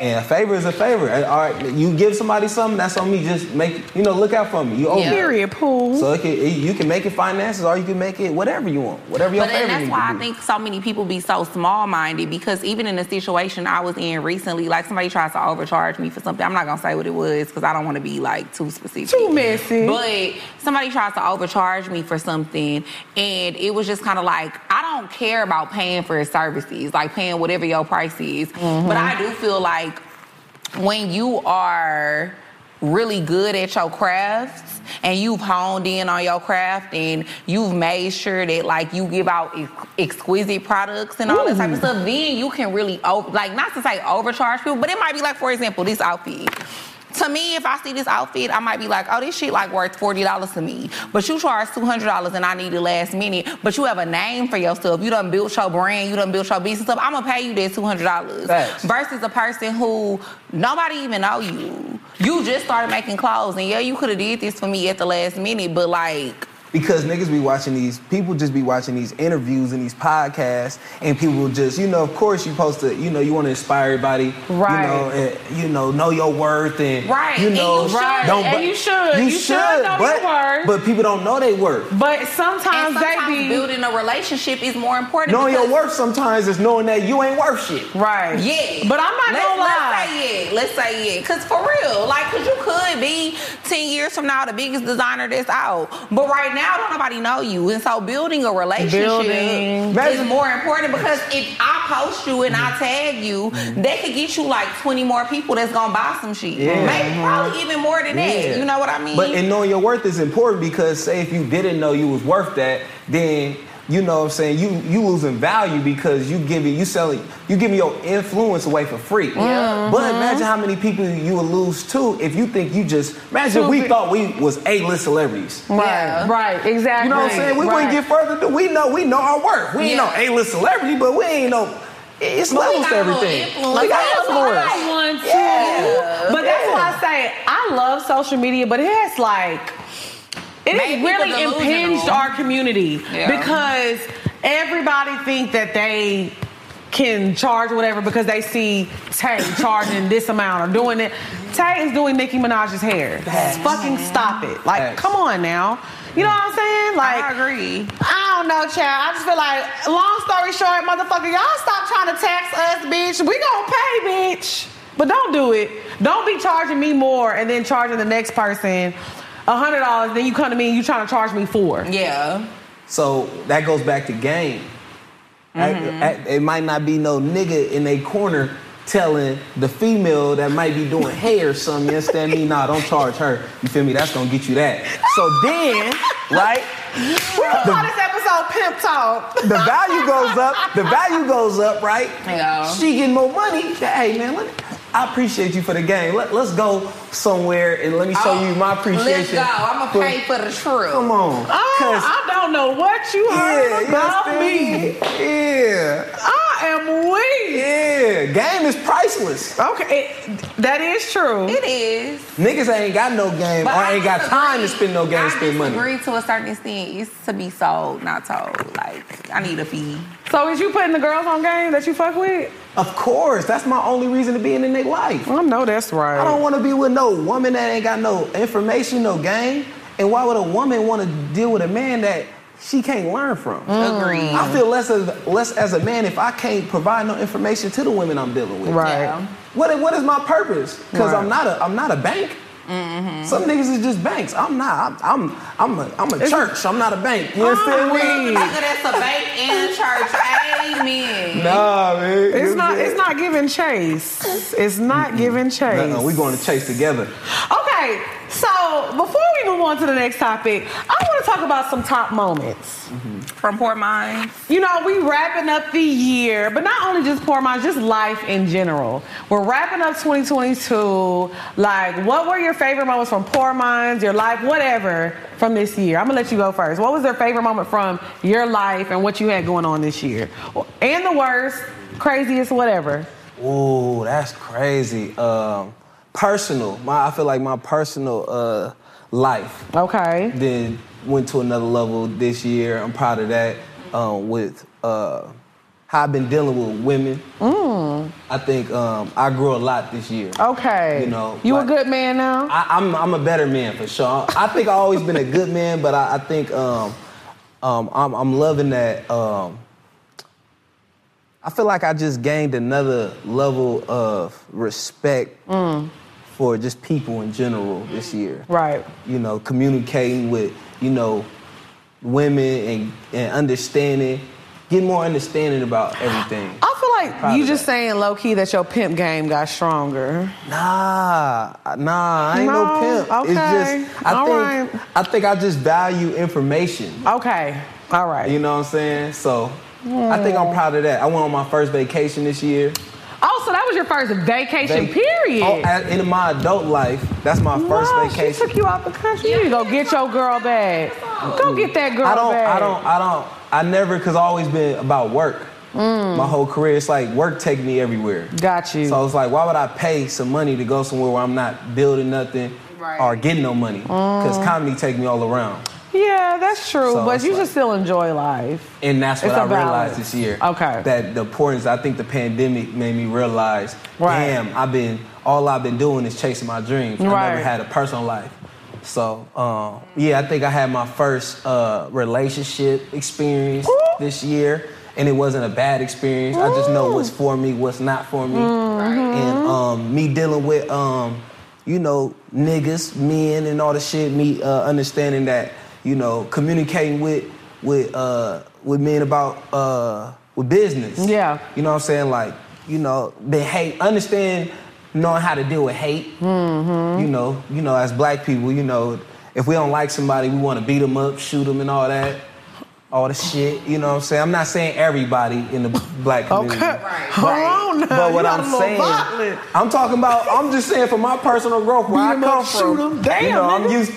Speaker 3: And a favor is a favor. And, all right, you give somebody something, that's on me. Just make you know, look out for me. You owe me.
Speaker 2: Yeah.
Speaker 1: Period, pool.
Speaker 3: So it can, it- you can make it finances, or you can make it whatever you want, whatever your
Speaker 2: but
Speaker 3: favorite.
Speaker 2: and that's
Speaker 3: need
Speaker 2: why
Speaker 3: to
Speaker 2: I
Speaker 3: be.
Speaker 2: think so many people be so small minded because even in the situation I was in recently, like somebody tries to overcharge me for something. I'm not gonna say what it was because I don't want to be like too specific.
Speaker 1: Too messy.
Speaker 2: But somebody tries to overcharge me for something, and it was just kind of like I don't care about paying for his services, like paying whatever your price is.
Speaker 1: Mm-hmm.
Speaker 2: But I do feel like when you are really good at your crafts and you've honed in on your craft and you've made sure that like you give out ex- exquisite products and all that type of stuff, then you can really over, like not to say overcharge people, but it might be like for example this outfit. To me, if I see this outfit, I might be like, "Oh, this shit like worth forty dollars to me." But you charge two hundred dollars, and I need it last minute. But you have a name for yourself. You done built your brand. You done built your business up. I'm gonna pay you that two hundred dollars
Speaker 3: Facts.
Speaker 2: versus a person who nobody even know you. You just started making clothes, and yeah, you could have did this for me at the last minute, but like,
Speaker 3: because niggas be watching these people just be watching these interviews and these podcasts and people just you know of course you supposed to you know you want to inspire everybody
Speaker 2: Right.
Speaker 3: you know and, you know know your worth and
Speaker 2: Right,
Speaker 3: you
Speaker 2: and
Speaker 3: know
Speaker 2: you should,
Speaker 1: and
Speaker 3: bu-
Speaker 1: you should. You should know your
Speaker 3: but,
Speaker 1: worth.
Speaker 3: but people don't know they worth
Speaker 1: But
Speaker 2: and
Speaker 1: sometimes,
Speaker 2: sometimes
Speaker 1: they be
Speaker 2: building a relationship is more important.
Speaker 3: knowing
Speaker 2: because-
Speaker 3: your worth sometimes is knowing that you ain't worth shit
Speaker 1: right.
Speaker 2: Yeah.
Speaker 1: But I'm not
Speaker 2: let's,
Speaker 1: gonna lie.
Speaker 2: Let's say it. Let's say it. Because for real, like, because you could be 10 years from now the biggest designer that's out. But right now, don't nobody know you. And so building a relationship
Speaker 1: Building.
Speaker 2: is more important because if I post you and I tag you,
Speaker 1: Mm-hmm.
Speaker 2: that could get you like 20 more people that's going to buy some shit.
Speaker 3: Yeah.
Speaker 2: Maybe
Speaker 1: Mm-hmm.
Speaker 2: probably even more than
Speaker 3: Yeah.
Speaker 2: that. You know what I mean?
Speaker 3: But and knowing your worth is important because say if you didn't know you was worth that, then you know what I'm saying you you losing value because you give it you selling you give your influence away for free.
Speaker 2: Mm-hmm.
Speaker 3: But imagine how many people you would lose to if you think you just imagine
Speaker 1: Too
Speaker 3: we
Speaker 1: big.
Speaker 3: thought we was A list celebrities.
Speaker 1: Right,
Speaker 2: Yeah.
Speaker 1: right, exactly.
Speaker 3: You know what I'm saying? We
Speaker 1: right.
Speaker 3: wouldn't get further. than- We know we know our worth. We ain't
Speaker 2: Yeah.
Speaker 3: no A list celebrity, but we ain't no. It's
Speaker 2: But we
Speaker 3: levels to
Speaker 2: got a little
Speaker 3: everything.
Speaker 2: influence.
Speaker 3: We
Speaker 2: That's
Speaker 3: got influence.
Speaker 1: I want to.
Speaker 3: Yeah.
Speaker 1: But that's
Speaker 3: Yeah.
Speaker 1: why I say I love social media, but it has like it has
Speaker 2: Made people
Speaker 1: really
Speaker 2: delusional.
Speaker 1: impinged our community
Speaker 2: Yeah.
Speaker 1: because everybody think that they can charge whatever because they see Tay charging this amount or doing it. Tay is doing Nicki Minaj's hair. Fucking stop it! Like,
Speaker 3: Facts.
Speaker 1: come on now. You know what I'm saying? Like,
Speaker 2: I agree.
Speaker 1: I don't know, child. I just feel like, long story short, motherfucker, y'all stop trying to tax us, bitch. We gonna pay, bitch. But don't do it. Don't be charging me more and then charging the next person hundred dollars. Then you come to me and you trying to charge me four.
Speaker 2: Yeah.
Speaker 3: So that goes back to game. I- I-
Speaker 1: Mm-hmm.
Speaker 3: it might not be no nigga in a corner telling the female that might be doing hair or something, you understand me? Nah, don't charge her. You feel me? That's gonna get you that. So then, right?
Speaker 1: We gonna
Speaker 3: The-
Speaker 1: call this episode pimp talk.
Speaker 3: The value goes up. The value goes up, right?
Speaker 2: Yeah.
Speaker 3: She getting more money. Hey man, let me, I appreciate you for the game. Let, let's go somewhere and let me show you my
Speaker 2: Oh, Let's
Speaker 3: appreciation.
Speaker 2: go. I'm
Speaker 3: for-
Speaker 2: going to pay for the truth.
Speaker 3: Come on.
Speaker 1: Oh,
Speaker 3: 'Cause-
Speaker 1: I don't know what you heard
Speaker 3: you
Speaker 1: about
Speaker 3: understand
Speaker 1: me.
Speaker 3: Yeah.
Speaker 1: I am weak.
Speaker 3: Yeah, game is priceless.
Speaker 1: Okay, it, that is true.
Speaker 2: It is.
Speaker 3: Niggas ain't got no game or ain't got time to spend no game
Speaker 2: I
Speaker 3: to spend money.
Speaker 2: disagree to a certain extent. It's to be sold, not told. Like I need a fee.
Speaker 1: So is you putting the girls on game that you fuck with?
Speaker 3: Of course, that's my only reason to be in the nigga life.
Speaker 1: I know that's right.
Speaker 3: I don't want to be with no woman that ain't got no information, no game. And why would a woman want to deal with a man that she can't learn from?
Speaker 1: Mm.
Speaker 2: Agreed.
Speaker 3: I feel less as less as a man if I can't provide no information to the women I'm dealing with.
Speaker 1: Right.
Speaker 2: Yeah.
Speaker 3: What, what is my purpose? Because I'm
Speaker 1: Right. Mm-hmm.
Speaker 3: not a I'm not a bank. Some niggas is just banks. I'm not. I'm I'm I'm a, I'm a church. I'm not a bank. You understand me?
Speaker 1: weak.
Speaker 2: Nigga, that's a bank and church. Amen.
Speaker 3: Nah, man.
Speaker 1: It's not. It's not giving chase. It's not giving chase.
Speaker 3: Uh-uh, we going to chase together.
Speaker 1: Okay. So before we move on to the next topic, I want to talk about some top moments.
Speaker 2: From Port Mines.
Speaker 1: You know, we wrapping up the year, but not only just poor minds, just life in general. We're wrapping up 2022. Like, what were your favorite moments from poor minds, your life, whatever, from this year? I'm gonna let you go first. What was your favorite moment from your life and what you had going on this year, and the worst, craziest, whatever?
Speaker 3: Ooh, that's crazy. Um, personal. My I feel like my personal uh, life
Speaker 1: Okay.
Speaker 3: then went to another level this year. I'm proud of that um, with uh, how I've been dealing with women. I think um, I grew a lot this year.
Speaker 1: Okay.
Speaker 3: You know,
Speaker 1: you
Speaker 3: like-
Speaker 1: a good man now.
Speaker 3: I, I'm I'm a better man for sure. I think I've always been a good man, but I, I think um, um, I'm I'm loving that. Um, I feel like I just gained another level of respect for just people in general this year.
Speaker 1: right.
Speaker 3: You know, communicating with you know women and and understanding, get more understanding about everything.
Speaker 1: I feel like
Speaker 3: Proud
Speaker 1: you
Speaker 3: of
Speaker 1: just
Speaker 3: that.
Speaker 1: saying low key that your pimp game got stronger.
Speaker 3: Nah, nah, I ain't no,
Speaker 1: No,
Speaker 3: pimp.
Speaker 1: okay,
Speaker 3: It's just I
Speaker 1: all
Speaker 3: think
Speaker 1: right.
Speaker 3: I think I just value information.
Speaker 1: Okay. All right.
Speaker 3: You know what I'm saying? So I think
Speaker 1: Hmm.
Speaker 3: I'm proud of that. I went on my first vacation this year.
Speaker 1: Oh, so that was your first vacation,
Speaker 3: Vac-
Speaker 1: period.
Speaker 3: Oh, a- in my adult life, that's my first
Speaker 1: wow, She
Speaker 3: vacation.
Speaker 1: took you out the country. You need to go get your girl bag. Go get that girl
Speaker 3: I don't,
Speaker 1: bag.
Speaker 3: I don't, I don't, I never, cause I always been about work. My whole career, it's like work take me everywhere.
Speaker 1: Hmm. Got you.
Speaker 3: So it's like, why would I pay some money to go somewhere where I'm not building nothing
Speaker 2: Right.
Speaker 3: or getting no money?
Speaker 1: Hmm.
Speaker 3: Cause comedy take me all around.
Speaker 1: yeah, that's true.
Speaker 3: So
Speaker 1: but
Speaker 3: it's
Speaker 1: you should
Speaker 3: like-
Speaker 1: still enjoy life.
Speaker 3: And that's what
Speaker 1: It's a
Speaker 3: I
Speaker 1: balance.
Speaker 3: realized this year.
Speaker 1: Okay.
Speaker 3: That the importance, I think the pandemic made me realize,
Speaker 1: Right.
Speaker 3: damn, I've been, all I've been doing is chasing my dreams. I
Speaker 1: Right.
Speaker 3: never had a personal life. So, um, yeah, I think I had my first uh, relationship experience this year. And it wasn't a bad experience. I just know what's for me, what's not for me.
Speaker 1: Mm. Mm-hmm.
Speaker 3: And um, me dealing with, um, you know, niggas, men, and all the shit, me uh, understanding that, you know, communicating with with uh, with men about uh, with business.
Speaker 1: Yeah.
Speaker 3: You know what I'm saying? Like, you know, they hate, understand knowing how to deal with hate.
Speaker 1: Mm-hmm.
Speaker 3: You know, you know, as black people, you know, if we don't like somebody, we want to beat them up, shoot them, and all that, all the shit. You know what I'm saying? I'm not saying everybody in the black community.
Speaker 1: Okay.
Speaker 2: Right.
Speaker 1: Hold on now.
Speaker 3: But what
Speaker 1: You got a
Speaker 3: I'm
Speaker 1: little
Speaker 3: saying,
Speaker 1: violent.
Speaker 3: I'm talking about. I'm just saying for my personal growth, where
Speaker 1: Beat
Speaker 3: I
Speaker 1: 'em
Speaker 3: come
Speaker 1: up,
Speaker 3: from.
Speaker 1: shoot 'em. Damn,
Speaker 3: you know, I'm
Speaker 1: nigga.
Speaker 3: used.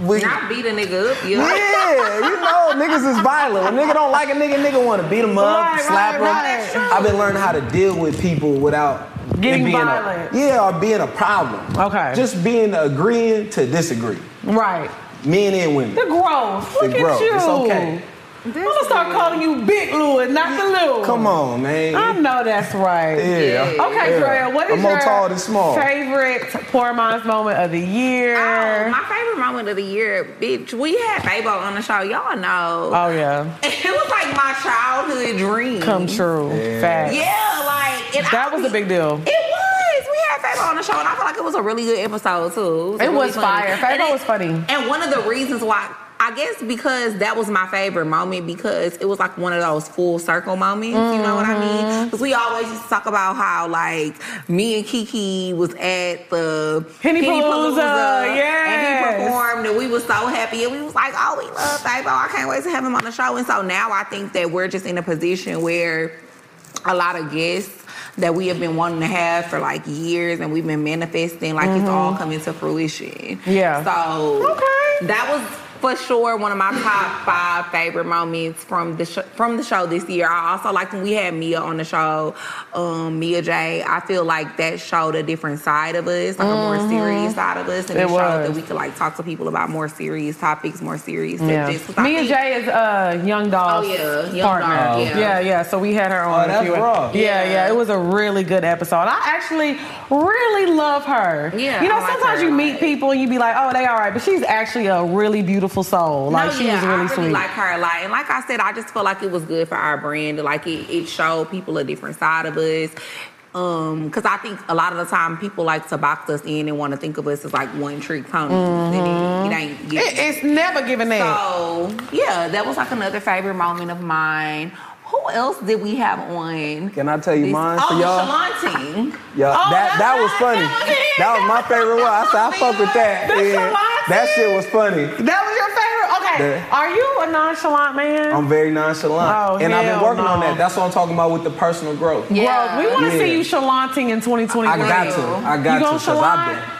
Speaker 3: We,
Speaker 2: Not beat a nigga up, yeah.
Speaker 3: yeah, you know, niggas is violent. When nigga don't like a nigga, nigga want to beat him up,
Speaker 1: Right,
Speaker 3: slap
Speaker 1: right,
Speaker 3: him.
Speaker 1: right.
Speaker 3: I've been learning how to deal with people without it
Speaker 1: Getting
Speaker 3: being
Speaker 1: violent.
Speaker 3: A, yeah, or being a problem.
Speaker 1: Okay.
Speaker 3: Just being agreeing to disagree,
Speaker 1: Right.
Speaker 3: men and women.
Speaker 1: The growth. Look
Speaker 3: The
Speaker 1: at
Speaker 3: growth.
Speaker 1: you.
Speaker 3: It's okay.
Speaker 1: I'm gonna start calling you Big Lou and not the Lou.
Speaker 3: Come on, man.
Speaker 1: I know that's right.
Speaker 3: yeah.
Speaker 2: Yeah.
Speaker 1: Okay,
Speaker 3: Yeah.
Speaker 1: Drea, what is
Speaker 3: I'm more
Speaker 1: your
Speaker 3: tall than small.
Speaker 1: favorite poor mom's moment of the year?
Speaker 2: Oh, my favorite moment of the year, bitch. We had Fabo on the show. Y'all know.
Speaker 1: oh yeah,
Speaker 2: it was like my childhood dream.
Speaker 1: come true.
Speaker 3: Yeah.
Speaker 1: Facts.
Speaker 2: Mm-hmm. Yeah, like and
Speaker 1: That
Speaker 2: I'll
Speaker 1: was a
Speaker 2: be-
Speaker 1: big deal.
Speaker 2: It was. We had Fabo on the show, and I feel like it was a really good episode too.
Speaker 1: It
Speaker 2: really
Speaker 1: was fire. Fabo
Speaker 2: And it-
Speaker 1: was funny.
Speaker 2: And one of the reasons why, I guess, because that was my favorite moment because it was like one of those full circle moments. You know what I mean?
Speaker 1: Mm-hmm.
Speaker 2: Because we always used to talk about how like me and Kiki was at the
Speaker 1: Henny Palooza,
Speaker 2: and
Speaker 1: yes.
Speaker 2: he performed, and we were so happy, and we was like, oh, we love Fabo. I can't wait to have him on the show. And so now I think that we're just in a position where a lot of guests that we have been wanting to have for like years and we've been manifesting like it's all coming to fruition.
Speaker 1: Mm-hmm. Yeah.
Speaker 2: So
Speaker 1: Okay.
Speaker 2: that was for sure one of my top five favorite moments from the sh- from the show this year. I also like when we had Mia on the show, um, Mia J. I feel like that showed a different side of us, like a more serious side of us,
Speaker 1: Mm-hmm.
Speaker 2: and
Speaker 1: It
Speaker 2: it, showed
Speaker 1: was.
Speaker 2: that we could like talk to people about more serious topics, more serious
Speaker 1: Yeah.
Speaker 2: subjects. 'Cause I
Speaker 1: Me and
Speaker 2: think-
Speaker 1: Jay is uh, Young Doll's
Speaker 2: Oh, yeah. Young
Speaker 1: partner.
Speaker 2: Doll,
Speaker 1: yeah.
Speaker 2: yeah.
Speaker 1: yeah, So we had her on.
Speaker 3: Oh,
Speaker 1: a
Speaker 3: that's
Speaker 1: few-
Speaker 3: rough.
Speaker 1: Yeah, yeah,
Speaker 2: Yeah.
Speaker 1: It was a really good episode. I actually really love her.
Speaker 2: Yeah,
Speaker 1: You know,
Speaker 2: I like
Speaker 1: sometimes
Speaker 2: her
Speaker 1: you
Speaker 2: a
Speaker 1: meet
Speaker 2: lot.
Speaker 1: people and you be like, oh, they all right, but she's actually a really beautiful soul. Like she was really,
Speaker 2: I
Speaker 1: sweet.
Speaker 2: like her a lot, and like I said, I just feel like it was good for our brand. Like it, it showed people a different side of us. Um, because I think a lot of the time people like to box us in and want to think of us as like one trick ponies, and it, it ain't. getting
Speaker 1: Mm-hmm. It- it's never giving that.
Speaker 2: so yeah, that was like another favorite moment of mine. Who else did we have on?
Speaker 3: Can I tell you
Speaker 2: this-
Speaker 3: mine
Speaker 2: oh,
Speaker 3: for y'all?
Speaker 2: Shalonte.
Speaker 3: Yeah,
Speaker 1: Oh,
Speaker 3: that,
Speaker 1: that's
Speaker 3: that was
Speaker 1: right.
Speaker 3: funny.
Speaker 1: That was it.
Speaker 3: That was my favorite one. I said I fuck with that.
Speaker 1: That's
Speaker 3: yeah.
Speaker 1: your line,
Speaker 3: That
Speaker 1: sis.
Speaker 3: shit was funny.
Speaker 1: That was your favorite. Okay,
Speaker 3: Yeah.
Speaker 1: are you a nonchalant man?
Speaker 3: I'm very nonchalant,
Speaker 1: Oh,
Speaker 3: and I've been
Speaker 1: hell
Speaker 3: working on
Speaker 1: no.
Speaker 3: that. That's what I'm talking about with the personal growth.
Speaker 1: Bro, we want to
Speaker 3: Yeah.
Speaker 1: see you chalanting in 2021.
Speaker 3: I got to. I got
Speaker 1: you
Speaker 3: to.
Speaker 1: gonna
Speaker 3: Cause I've
Speaker 1: chalant?
Speaker 3: been.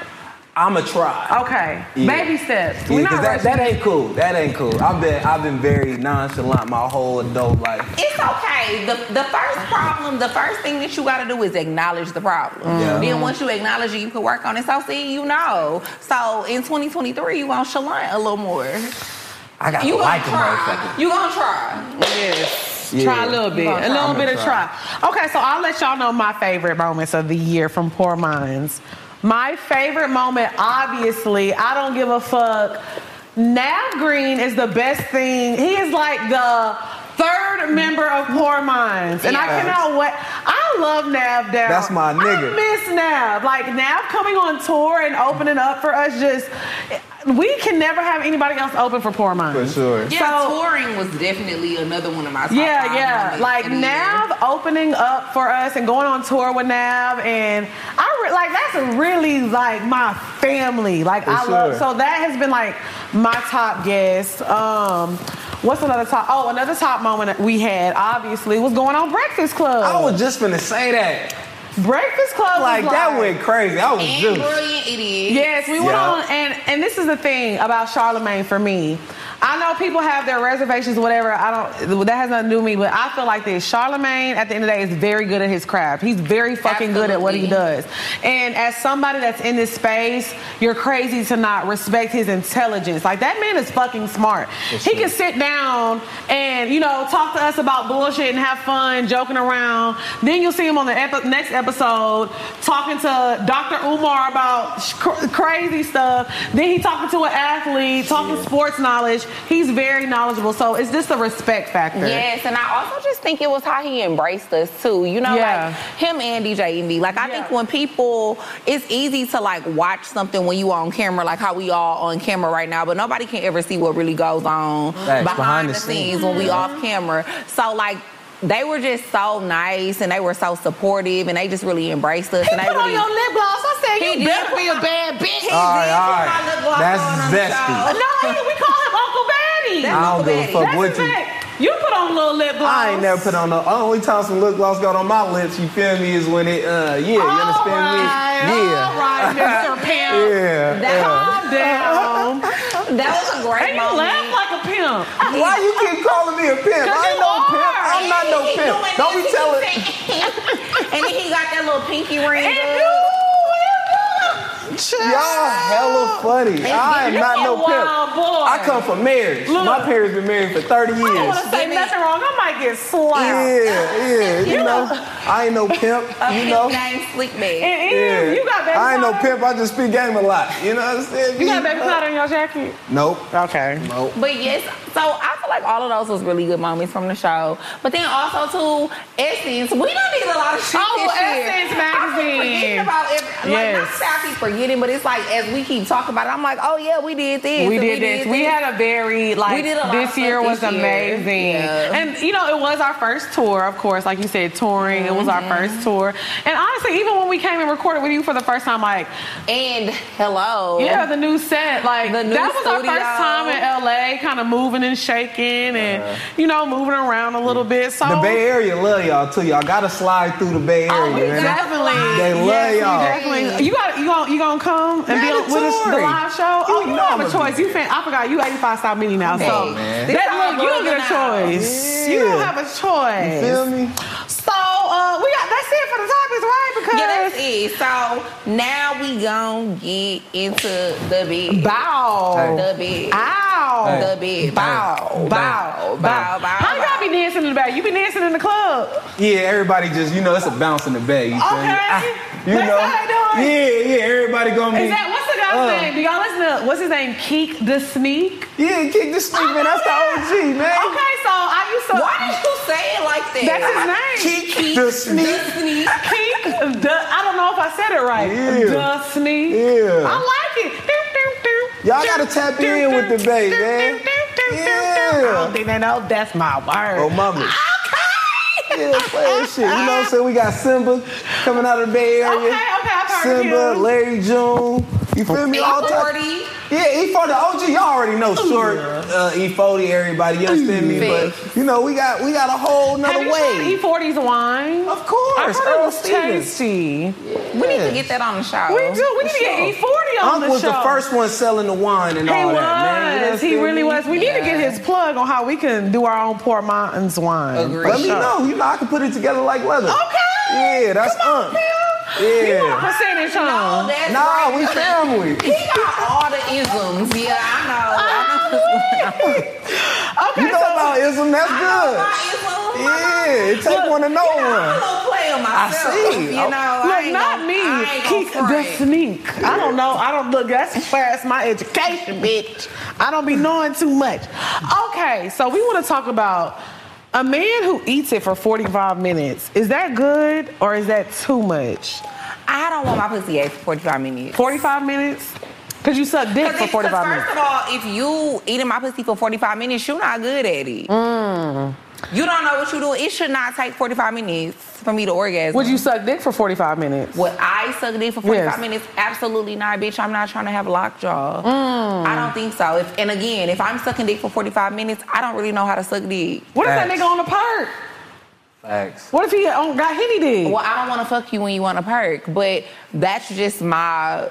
Speaker 3: I'ma try.
Speaker 1: Okay,
Speaker 3: Yeah.
Speaker 1: baby steps. We're
Speaker 3: Yeah,
Speaker 1: not
Speaker 3: 'cause that,
Speaker 1: rushing.
Speaker 3: that ain't cool. That ain't cool. I've been I've been very nonchalant my whole adult life.
Speaker 2: It's okay. The the first problem, the first thing that you gotta do is acknowledge the problem.
Speaker 3: Yeah.
Speaker 2: Then once you acknowledge it, you can work on it. So see, you know. So in 2023, you gonna chalant a little more.
Speaker 3: I got
Speaker 2: You
Speaker 3: to
Speaker 2: gonna
Speaker 3: like a
Speaker 2: try.
Speaker 3: motherfucker.
Speaker 2: You gonna try.
Speaker 1: Yes.
Speaker 3: Yeah.
Speaker 1: Try a little bit.
Speaker 2: Gonna
Speaker 1: A little
Speaker 3: try.
Speaker 1: bit of try. Okay, so I'll let y'all know my favorite moments of the year from Poor Minds. My favorite moment, obviously, I don't give a fuck. Nav Green is the best thing. He is like the third member of Poor Minds. And I
Speaker 2: Yes.
Speaker 1: cannot wait. I love Nav down.
Speaker 3: That's my nigga.
Speaker 1: I miss Nav. Like Nav coming on tour and opening up for us just we can never have anybody else open for Poor Minds.
Speaker 3: For sure.
Speaker 2: Yeah,
Speaker 1: So-
Speaker 2: touring was definitely another one of my top
Speaker 1: Yeah,
Speaker 2: five
Speaker 1: yeah.
Speaker 2: moments
Speaker 1: Like
Speaker 2: of the year.
Speaker 1: Nav opening up for us and going on tour with Nav, and I re- like that's really like my family. Like
Speaker 3: For
Speaker 1: I love.
Speaker 3: sure.
Speaker 1: So that has been like my top guest. Um, what's another top? Oh, another top moment that we had obviously was going on Breakfast Club.
Speaker 3: I was just finna say that.
Speaker 1: Breakfast Club
Speaker 3: Like,
Speaker 1: was
Speaker 3: that went crazy. I was
Speaker 2: And
Speaker 3: just.
Speaker 2: brilliant it is.
Speaker 1: Yes, we went
Speaker 3: Yeah.
Speaker 1: on, and and this is the thing about Charlemagne for me. I know people have their reservations, whatever. I don't. That has nothing to do with me, but I feel like this. Charlemagne, at the end of the day, is very good at his craft. He's very fucking good at what he
Speaker 2: Absolutely.
Speaker 1: does. And as somebody that's in this space, you're crazy to not respect his intelligence. Like that man is fucking smart. he can sit down and you know talk to us about bullshit and have fun, joking around. Then you'll see him on the epi- next episode talking to Dr. Umar about sh- cr- crazy stuff. Then he talking to an athlete, talking sports knowledge. He's very knowledgeable. So it's just a respect factor.
Speaker 2: Yes, and I also just think it was how he embraced us too. You know,
Speaker 1: Yeah.
Speaker 2: like him and DJ Envy. Like I think
Speaker 1: Yeah.
Speaker 2: when people, it's easy to like watch something when you on camera, like how we all on camera right now, but nobody can ever see what really goes on behind,
Speaker 3: behind
Speaker 2: the,
Speaker 3: the
Speaker 2: scenes,
Speaker 3: scenes.
Speaker 2: when we off camera. So like. They were just so nice and they were so supportive and they just really embraced us.
Speaker 1: He
Speaker 2: and
Speaker 1: put
Speaker 2: they
Speaker 1: on
Speaker 2: really,
Speaker 1: your lip gloss. I said
Speaker 2: He
Speaker 1: you
Speaker 2: did
Speaker 1: better
Speaker 2: put
Speaker 1: be a bad bitch.
Speaker 3: All right, all right. That's
Speaker 1: Uh,
Speaker 3: zesty.
Speaker 1: No, he- we call him Uncle Batty.
Speaker 2: That's
Speaker 3: I don't give a
Speaker 2: Uncle
Speaker 3: fuck
Speaker 1: That's
Speaker 3: what
Speaker 1: his
Speaker 3: you.
Speaker 1: back. You put on a little lip gloss.
Speaker 3: I ain't never put on the only time some lip gloss got on my lips, you feel me, is when it uh yeah, you
Speaker 1: All
Speaker 3: understand
Speaker 1: right,
Speaker 3: me?
Speaker 1: all
Speaker 3: Yeah.
Speaker 1: right, Mr. Pimp.
Speaker 3: Yeah. yeah.
Speaker 1: Calm down.
Speaker 2: that was a
Speaker 1: and
Speaker 2: great
Speaker 1: you laugh
Speaker 2: moment.
Speaker 1: like a pimp.
Speaker 3: Why you keep calling me a pimp?
Speaker 1: Cause
Speaker 3: I
Speaker 1: you
Speaker 3: ain't no
Speaker 1: are.
Speaker 3: pimp. I'm not no
Speaker 2: He
Speaker 3: pimp.
Speaker 2: doing
Speaker 3: Don't be
Speaker 2: this, he
Speaker 3: telling
Speaker 2: saying- and then he got that little pinky ring.
Speaker 1: And
Speaker 2: up.
Speaker 1: you,
Speaker 3: y'all hella funny. I am not
Speaker 1: You're a
Speaker 3: no pimp.
Speaker 1: wild boy.
Speaker 3: I come from marriage.
Speaker 1: Look.
Speaker 3: My parents been married for 30
Speaker 1: I don't
Speaker 3: years.
Speaker 1: want to say
Speaker 2: Jimmy.
Speaker 1: nothing wrong. I might get slapped.
Speaker 3: Yeah, yeah. You know, I ain't no pimp.
Speaker 2: Up
Speaker 3: You
Speaker 2: his
Speaker 3: know.
Speaker 2: name, Slick Man.
Speaker 1: And Ian,
Speaker 3: Yeah.
Speaker 1: you got baby
Speaker 3: I ain't no
Speaker 1: powder?
Speaker 3: pimp. I just speak game a lot. You know what I'm saying? uh,
Speaker 1: You got baby powder in your jacket?
Speaker 3: Nope.
Speaker 1: Okay.
Speaker 3: Nope.
Speaker 2: But yes, so I feel like all of those was really good moments from the show. But then also too, Essence, we don't need a lot of shit
Speaker 1: Oh,
Speaker 2: this year.
Speaker 1: Essence
Speaker 2: I keep
Speaker 1: magazine.
Speaker 2: forgetting about every, like
Speaker 1: Yes.
Speaker 2: not that I keep forgetting, but it's like as we keep talking about it, I'm like, oh yeah, we did this.
Speaker 1: we
Speaker 2: and
Speaker 1: did this. We had a very like
Speaker 2: We did a lot of
Speaker 1: this
Speaker 2: stuff
Speaker 1: year was
Speaker 2: this year.
Speaker 1: amazing,
Speaker 2: Yeah.
Speaker 1: and you know it was our first tour, of course. Like you said, touring. It was our first tour, and honestly, even when we came and recorded with you for the first time, like
Speaker 2: and hello.
Speaker 1: yeah, the new set, like
Speaker 2: The new
Speaker 1: that was our
Speaker 2: studio.
Speaker 1: first time in LA, kind of moving and shaking, and you know moving around a little bit. So
Speaker 3: Uh-huh. The Bay Area love y'all too. Y'all gotta slide through the Bay Area,
Speaker 1: Oh, we
Speaker 3: man.
Speaker 1: definitely.
Speaker 3: They love
Speaker 1: yes, we
Speaker 3: y'all.
Speaker 1: Definitely. You got you gonna you gonna come and
Speaker 3: Man,
Speaker 1: be on
Speaker 3: the
Speaker 1: with us the
Speaker 3: touring.
Speaker 1: live show? Oh,
Speaker 3: You
Speaker 1: you
Speaker 3: know
Speaker 1: don't have a
Speaker 3: I'ma
Speaker 1: choice.
Speaker 3: be
Speaker 1: You fin- I forgot you 85 South Mini now. so
Speaker 3: man.
Speaker 1: that look, you don't get a
Speaker 2: Yeah.
Speaker 1: choice. You don't have a choice.
Speaker 3: You feel me?
Speaker 1: So uh, we got that's it for the topics, right? Because
Speaker 2: Yeah, that's it. So now we gonna get into the bed.
Speaker 1: bow,
Speaker 2: The bed.
Speaker 1: ow,
Speaker 2: The bed. Bow.
Speaker 3: Hey.
Speaker 2: Bow. Bow. Bow. bow.
Speaker 1: How y'all be dancing in the back? You be dancing in the club.
Speaker 3: Yeah, everybody just you know it's a bounce in the bay. You feel me?
Speaker 1: Okay.
Speaker 3: Ah, you
Speaker 1: That's
Speaker 3: know.
Speaker 1: how they do
Speaker 3: Yeah, yeah. Everybody gonna be.
Speaker 1: Is that what's the guy's
Speaker 3: Uh.
Speaker 1: name? Do y'all listen to what's his name? Keek the Sneak.
Speaker 3: Yeah, kick the street, man. That's the OG, man.
Speaker 1: Okay, so I used to.
Speaker 2: Why did you say it like that?
Speaker 1: That's his name.
Speaker 3: Keek the sneak.
Speaker 2: Sneak.
Speaker 1: Pink, the, I don't know if I said it right.
Speaker 3: Yeah.
Speaker 1: The sneak.
Speaker 3: Yeah.
Speaker 1: I like it. Doo, doo, doo.
Speaker 3: Y'all
Speaker 1: Doo,
Speaker 3: gotta tap
Speaker 1: doo,
Speaker 3: in
Speaker 1: doo,
Speaker 3: with the bass,
Speaker 1: doo,
Speaker 3: man.
Speaker 1: doo, doo, Oh, doo, doo, doo. I
Speaker 3: Yeah.
Speaker 1: don't think they know that's my word.
Speaker 3: Oh, mama. Okay. Yeah, play that shit. You know what I'm saying? We got Simba coming out of the Bay Area.
Speaker 1: Okay, okay, I've heard of
Speaker 3: Simba,
Speaker 1: him.
Speaker 3: Larry June. You feel me? All type.
Speaker 2: E40.
Speaker 3: Yeah, E40, the OG, y'all already know
Speaker 1: Oh,
Speaker 3: short uh, E40, everybody, you understand me? But you know, we got we got a whole
Speaker 1: Have
Speaker 3: nother
Speaker 1: you tried
Speaker 3: way.
Speaker 1: E40's wine?
Speaker 3: Of course,
Speaker 1: I heard it
Speaker 3: Earl
Speaker 1: was
Speaker 3: Stevens.
Speaker 1: tasty.
Speaker 2: We need to get that on the show.
Speaker 1: We do. We need to get E40 on
Speaker 3: Unc
Speaker 1: the
Speaker 3: was
Speaker 1: show.
Speaker 3: the first one selling the wine and
Speaker 1: He
Speaker 3: all
Speaker 1: was.
Speaker 3: that, man. You
Speaker 1: he
Speaker 3: understand
Speaker 1: really
Speaker 3: me?
Speaker 1: was. We need to get his plug on how we can do our own Port Mountains wine.
Speaker 2: Agreed.
Speaker 1: For
Speaker 3: Let me
Speaker 1: sure.
Speaker 3: know. You know, I can put it together like leather.
Speaker 1: Okay.
Speaker 3: Yeah, that's
Speaker 1: Come on,
Speaker 3: Unc.
Speaker 1: Pam. You
Speaker 3: Yeah.
Speaker 1: want a percentage
Speaker 2: Oh,
Speaker 1: on?
Speaker 2: that's
Speaker 3: Nah, we family.
Speaker 2: He got all the isms. Yeah, I know. I know.
Speaker 1: Okay,
Speaker 3: You know
Speaker 1: so
Speaker 3: about ism, that's
Speaker 2: I know
Speaker 1: Oh,
Speaker 3: good.
Speaker 2: my isms.
Speaker 3: Yeah, it take one to know
Speaker 2: You know, I'm a
Speaker 3: one.
Speaker 2: little player myself.
Speaker 3: see.
Speaker 2: You know, I
Speaker 1: Look,
Speaker 2: ain't
Speaker 1: not
Speaker 2: gonna-
Speaker 1: me.
Speaker 2: I ain't gonna
Speaker 1: Keek the
Speaker 2: front.
Speaker 1: sneak. I don't know. I don't look. That's fast. My education, bitch. I don't be knowing too much. Okay, so we want to talk about a man who eats it for 45 minutes. Is that good or is that too much?
Speaker 2: I don't want my pussy ate for 45 minutes.
Speaker 1: 45 minutes? Because you suck dick
Speaker 2: Because
Speaker 1: for 45 minutes.
Speaker 2: First of all, if you eating my pussy for 45 minutes, you're not good at it.
Speaker 1: Mm.
Speaker 2: You don't know what you're doing. It should not take 45 minutes for me to orgasm.
Speaker 1: Would you suck dick for 45 minutes?
Speaker 2: Would I suck dick for 45
Speaker 1: Yes.
Speaker 2: minutes? Absolutely not, bitch. I'm not trying to have lockjaw.
Speaker 1: Mm.
Speaker 2: I don't think so. If, and again, if I'm sucking dick for 45 minutes, I don't really know how to suck dick.
Speaker 1: What if that
Speaker 3: Facts.
Speaker 1: nigga on the perk?
Speaker 3: Facts.
Speaker 1: What if he on, got henny dick?
Speaker 2: Well, I don't want to fuck you when you want to perk, but that's just my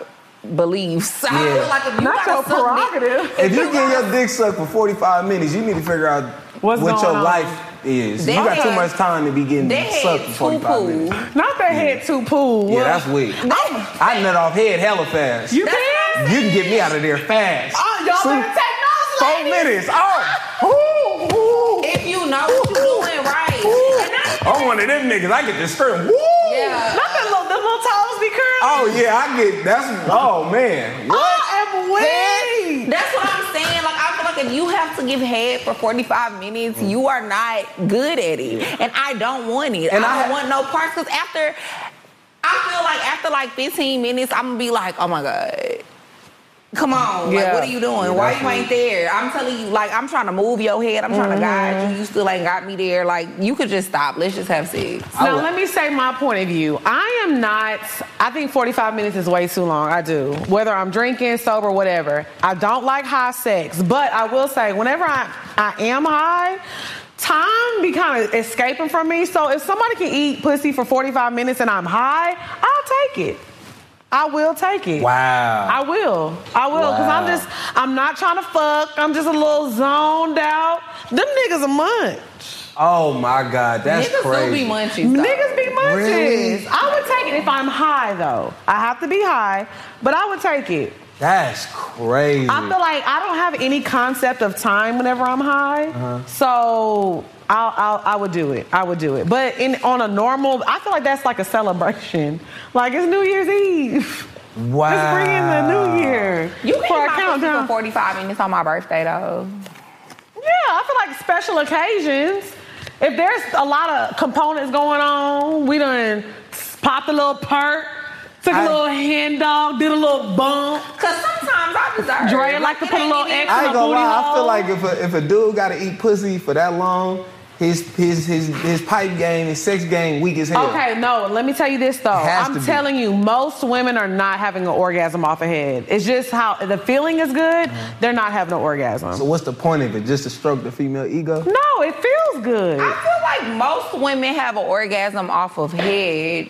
Speaker 2: beliefs. I
Speaker 3: Yeah.
Speaker 2: feel like if you
Speaker 1: Not
Speaker 2: gotta
Speaker 1: your
Speaker 2: suck dick-
Speaker 1: prerogative.
Speaker 3: If you get your dick sucked for 45 minutes, you need to figure out
Speaker 1: What's
Speaker 3: what your
Speaker 1: going on?
Speaker 3: life is.
Speaker 2: They
Speaker 3: you got too
Speaker 2: had-
Speaker 3: much time to be getting
Speaker 2: They had
Speaker 3: sucked for
Speaker 2: two
Speaker 3: 45
Speaker 2: pools.
Speaker 3: minutes.
Speaker 1: Not that head too pool.
Speaker 3: Yeah, that's weird. I nut off head hella fast. You,
Speaker 1: You
Speaker 2: That's
Speaker 1: can?
Speaker 3: can get me out of there fast.
Speaker 1: Oh, y'all
Speaker 3: Soon-
Speaker 1: better take
Speaker 3: Four
Speaker 1: notes, ladies.
Speaker 3: minutes. Oh. Ooh, ooh.
Speaker 2: If you know what you're doing right. And I-
Speaker 3: I'm one of them niggas. I get the strip. Woo!
Speaker 2: Yeah.
Speaker 1: Not that little, them little toes be curling.
Speaker 3: Oh yeah, I get that's oh man. What?
Speaker 1: I am weak.
Speaker 2: That's what I'm saying. Like I feel like if you have to give head for 45 minutes, you are not good at it, and I don't want it.
Speaker 3: And
Speaker 2: I
Speaker 3: I
Speaker 2: don't
Speaker 3: ha-
Speaker 2: want no parts because after, I feel like after like 15 minutes, I'm gonna be like, oh my god. Come on, like
Speaker 1: Yeah.
Speaker 2: what are you doing? Why you ain't there? I'm telling you, like I'm trying to move your head. I'm trying to
Speaker 3: Mm-hmm.
Speaker 2: guide you. You still ain't got me there. Like you could just stop. Let's just have sex.
Speaker 1: Now,
Speaker 3: would-
Speaker 1: let me say my point of view. I am not, I think 45 minutes is way too long. I do. Whether I'm drinking, sober, whatever. I don't like high sex. But I will say, whenever I, I am high, time be kind of escaping from me. So if somebody can eat pussy for 45 minutes and I'm high, I'll take it. I will take it.
Speaker 3: Wow.
Speaker 1: I will. I will, because I'm
Speaker 3: Wow.
Speaker 1: just, I'm not trying to fuck. I'm just a little zoned out. Them niggas a munch.
Speaker 3: oh my god, that's
Speaker 2: Niggas do
Speaker 3: crazy.
Speaker 2: be munchies. though.
Speaker 1: Niggas be munches.
Speaker 3: Really?
Speaker 1: I would take it if I'm high, though. I have to be high, but I would take it.
Speaker 3: That's crazy.
Speaker 1: I
Speaker 2: Mm.
Speaker 1: feel like I don't have any concept of time whenever I'm high,
Speaker 2: Uh-huh.
Speaker 1: so I'll, I'll, I would do it. I would do it. But in on a normal, I feel like that's like a celebration. Like it's New Year's Eve.
Speaker 3: wow.
Speaker 1: Let's bring in the new year
Speaker 2: Ah. You can
Speaker 1: for our
Speaker 2: eat my pussy
Speaker 1: countdown.
Speaker 2: for 45 minutes on my birthday though.
Speaker 1: Yeah, I feel like special occasions. If there's a lot of components going on, we done popped a little perk, took a
Speaker 3: I-
Speaker 1: little hand dog, did a little bump.
Speaker 2: Cause sometimes I deserve.
Speaker 1: Dre
Speaker 2: it.
Speaker 1: like to
Speaker 2: it
Speaker 1: put a
Speaker 2: ain't
Speaker 1: little
Speaker 2: even-
Speaker 1: extra-
Speaker 3: I ain't gonna
Speaker 1: booty
Speaker 3: lie. I
Speaker 1: hole.
Speaker 3: feel like if a, if a dude gotta eat pussy for that long, his his his his pipe game, his sex game, weak as hell.
Speaker 1: Okay, no, let me tell you this though.
Speaker 3: has to
Speaker 1: I'm
Speaker 3: be.
Speaker 1: telling you, most women are not having an orgasm off a head. It's just how the feeling is good, they're not having an orgasm.
Speaker 3: So what's the point of it? Just to stroke the female ego?
Speaker 1: no, it feels good.
Speaker 2: I feel like most women have an orgasm off of head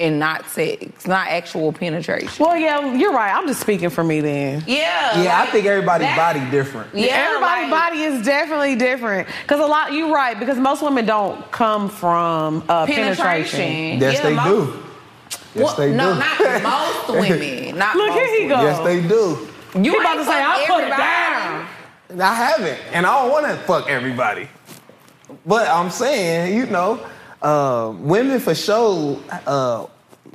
Speaker 2: and not sex, not actual penetration.
Speaker 1: well, yeah, you're right. I'm just speaking for me then.
Speaker 2: Yeah.
Speaker 3: Yeah, I
Speaker 2: like,
Speaker 3: think everybody's
Speaker 2: that-
Speaker 3: body different.
Speaker 2: Yeah,
Speaker 1: everybody's
Speaker 2: like,
Speaker 1: body is definitely different. Because a lot, you're right. Because most women don't come from uh,
Speaker 2: penetration.
Speaker 1: penetration.
Speaker 3: Yes,
Speaker 2: Yeah,
Speaker 3: they
Speaker 2: most-
Speaker 3: do. Yes,
Speaker 2: Well,
Speaker 3: they
Speaker 2: no,
Speaker 3: do.
Speaker 2: not most women. Not
Speaker 1: Look,
Speaker 2: most
Speaker 1: here he
Speaker 2: women.
Speaker 1: go.
Speaker 3: Yes, they do.
Speaker 2: You
Speaker 1: He about
Speaker 2: ain't
Speaker 1: to say,
Speaker 2: fuck
Speaker 1: "I'll put it
Speaker 2: everybody."
Speaker 1: down."
Speaker 3: I haven't, and I don't want to fuck everybody. But I'm saying, you know, uh, women for sure uh,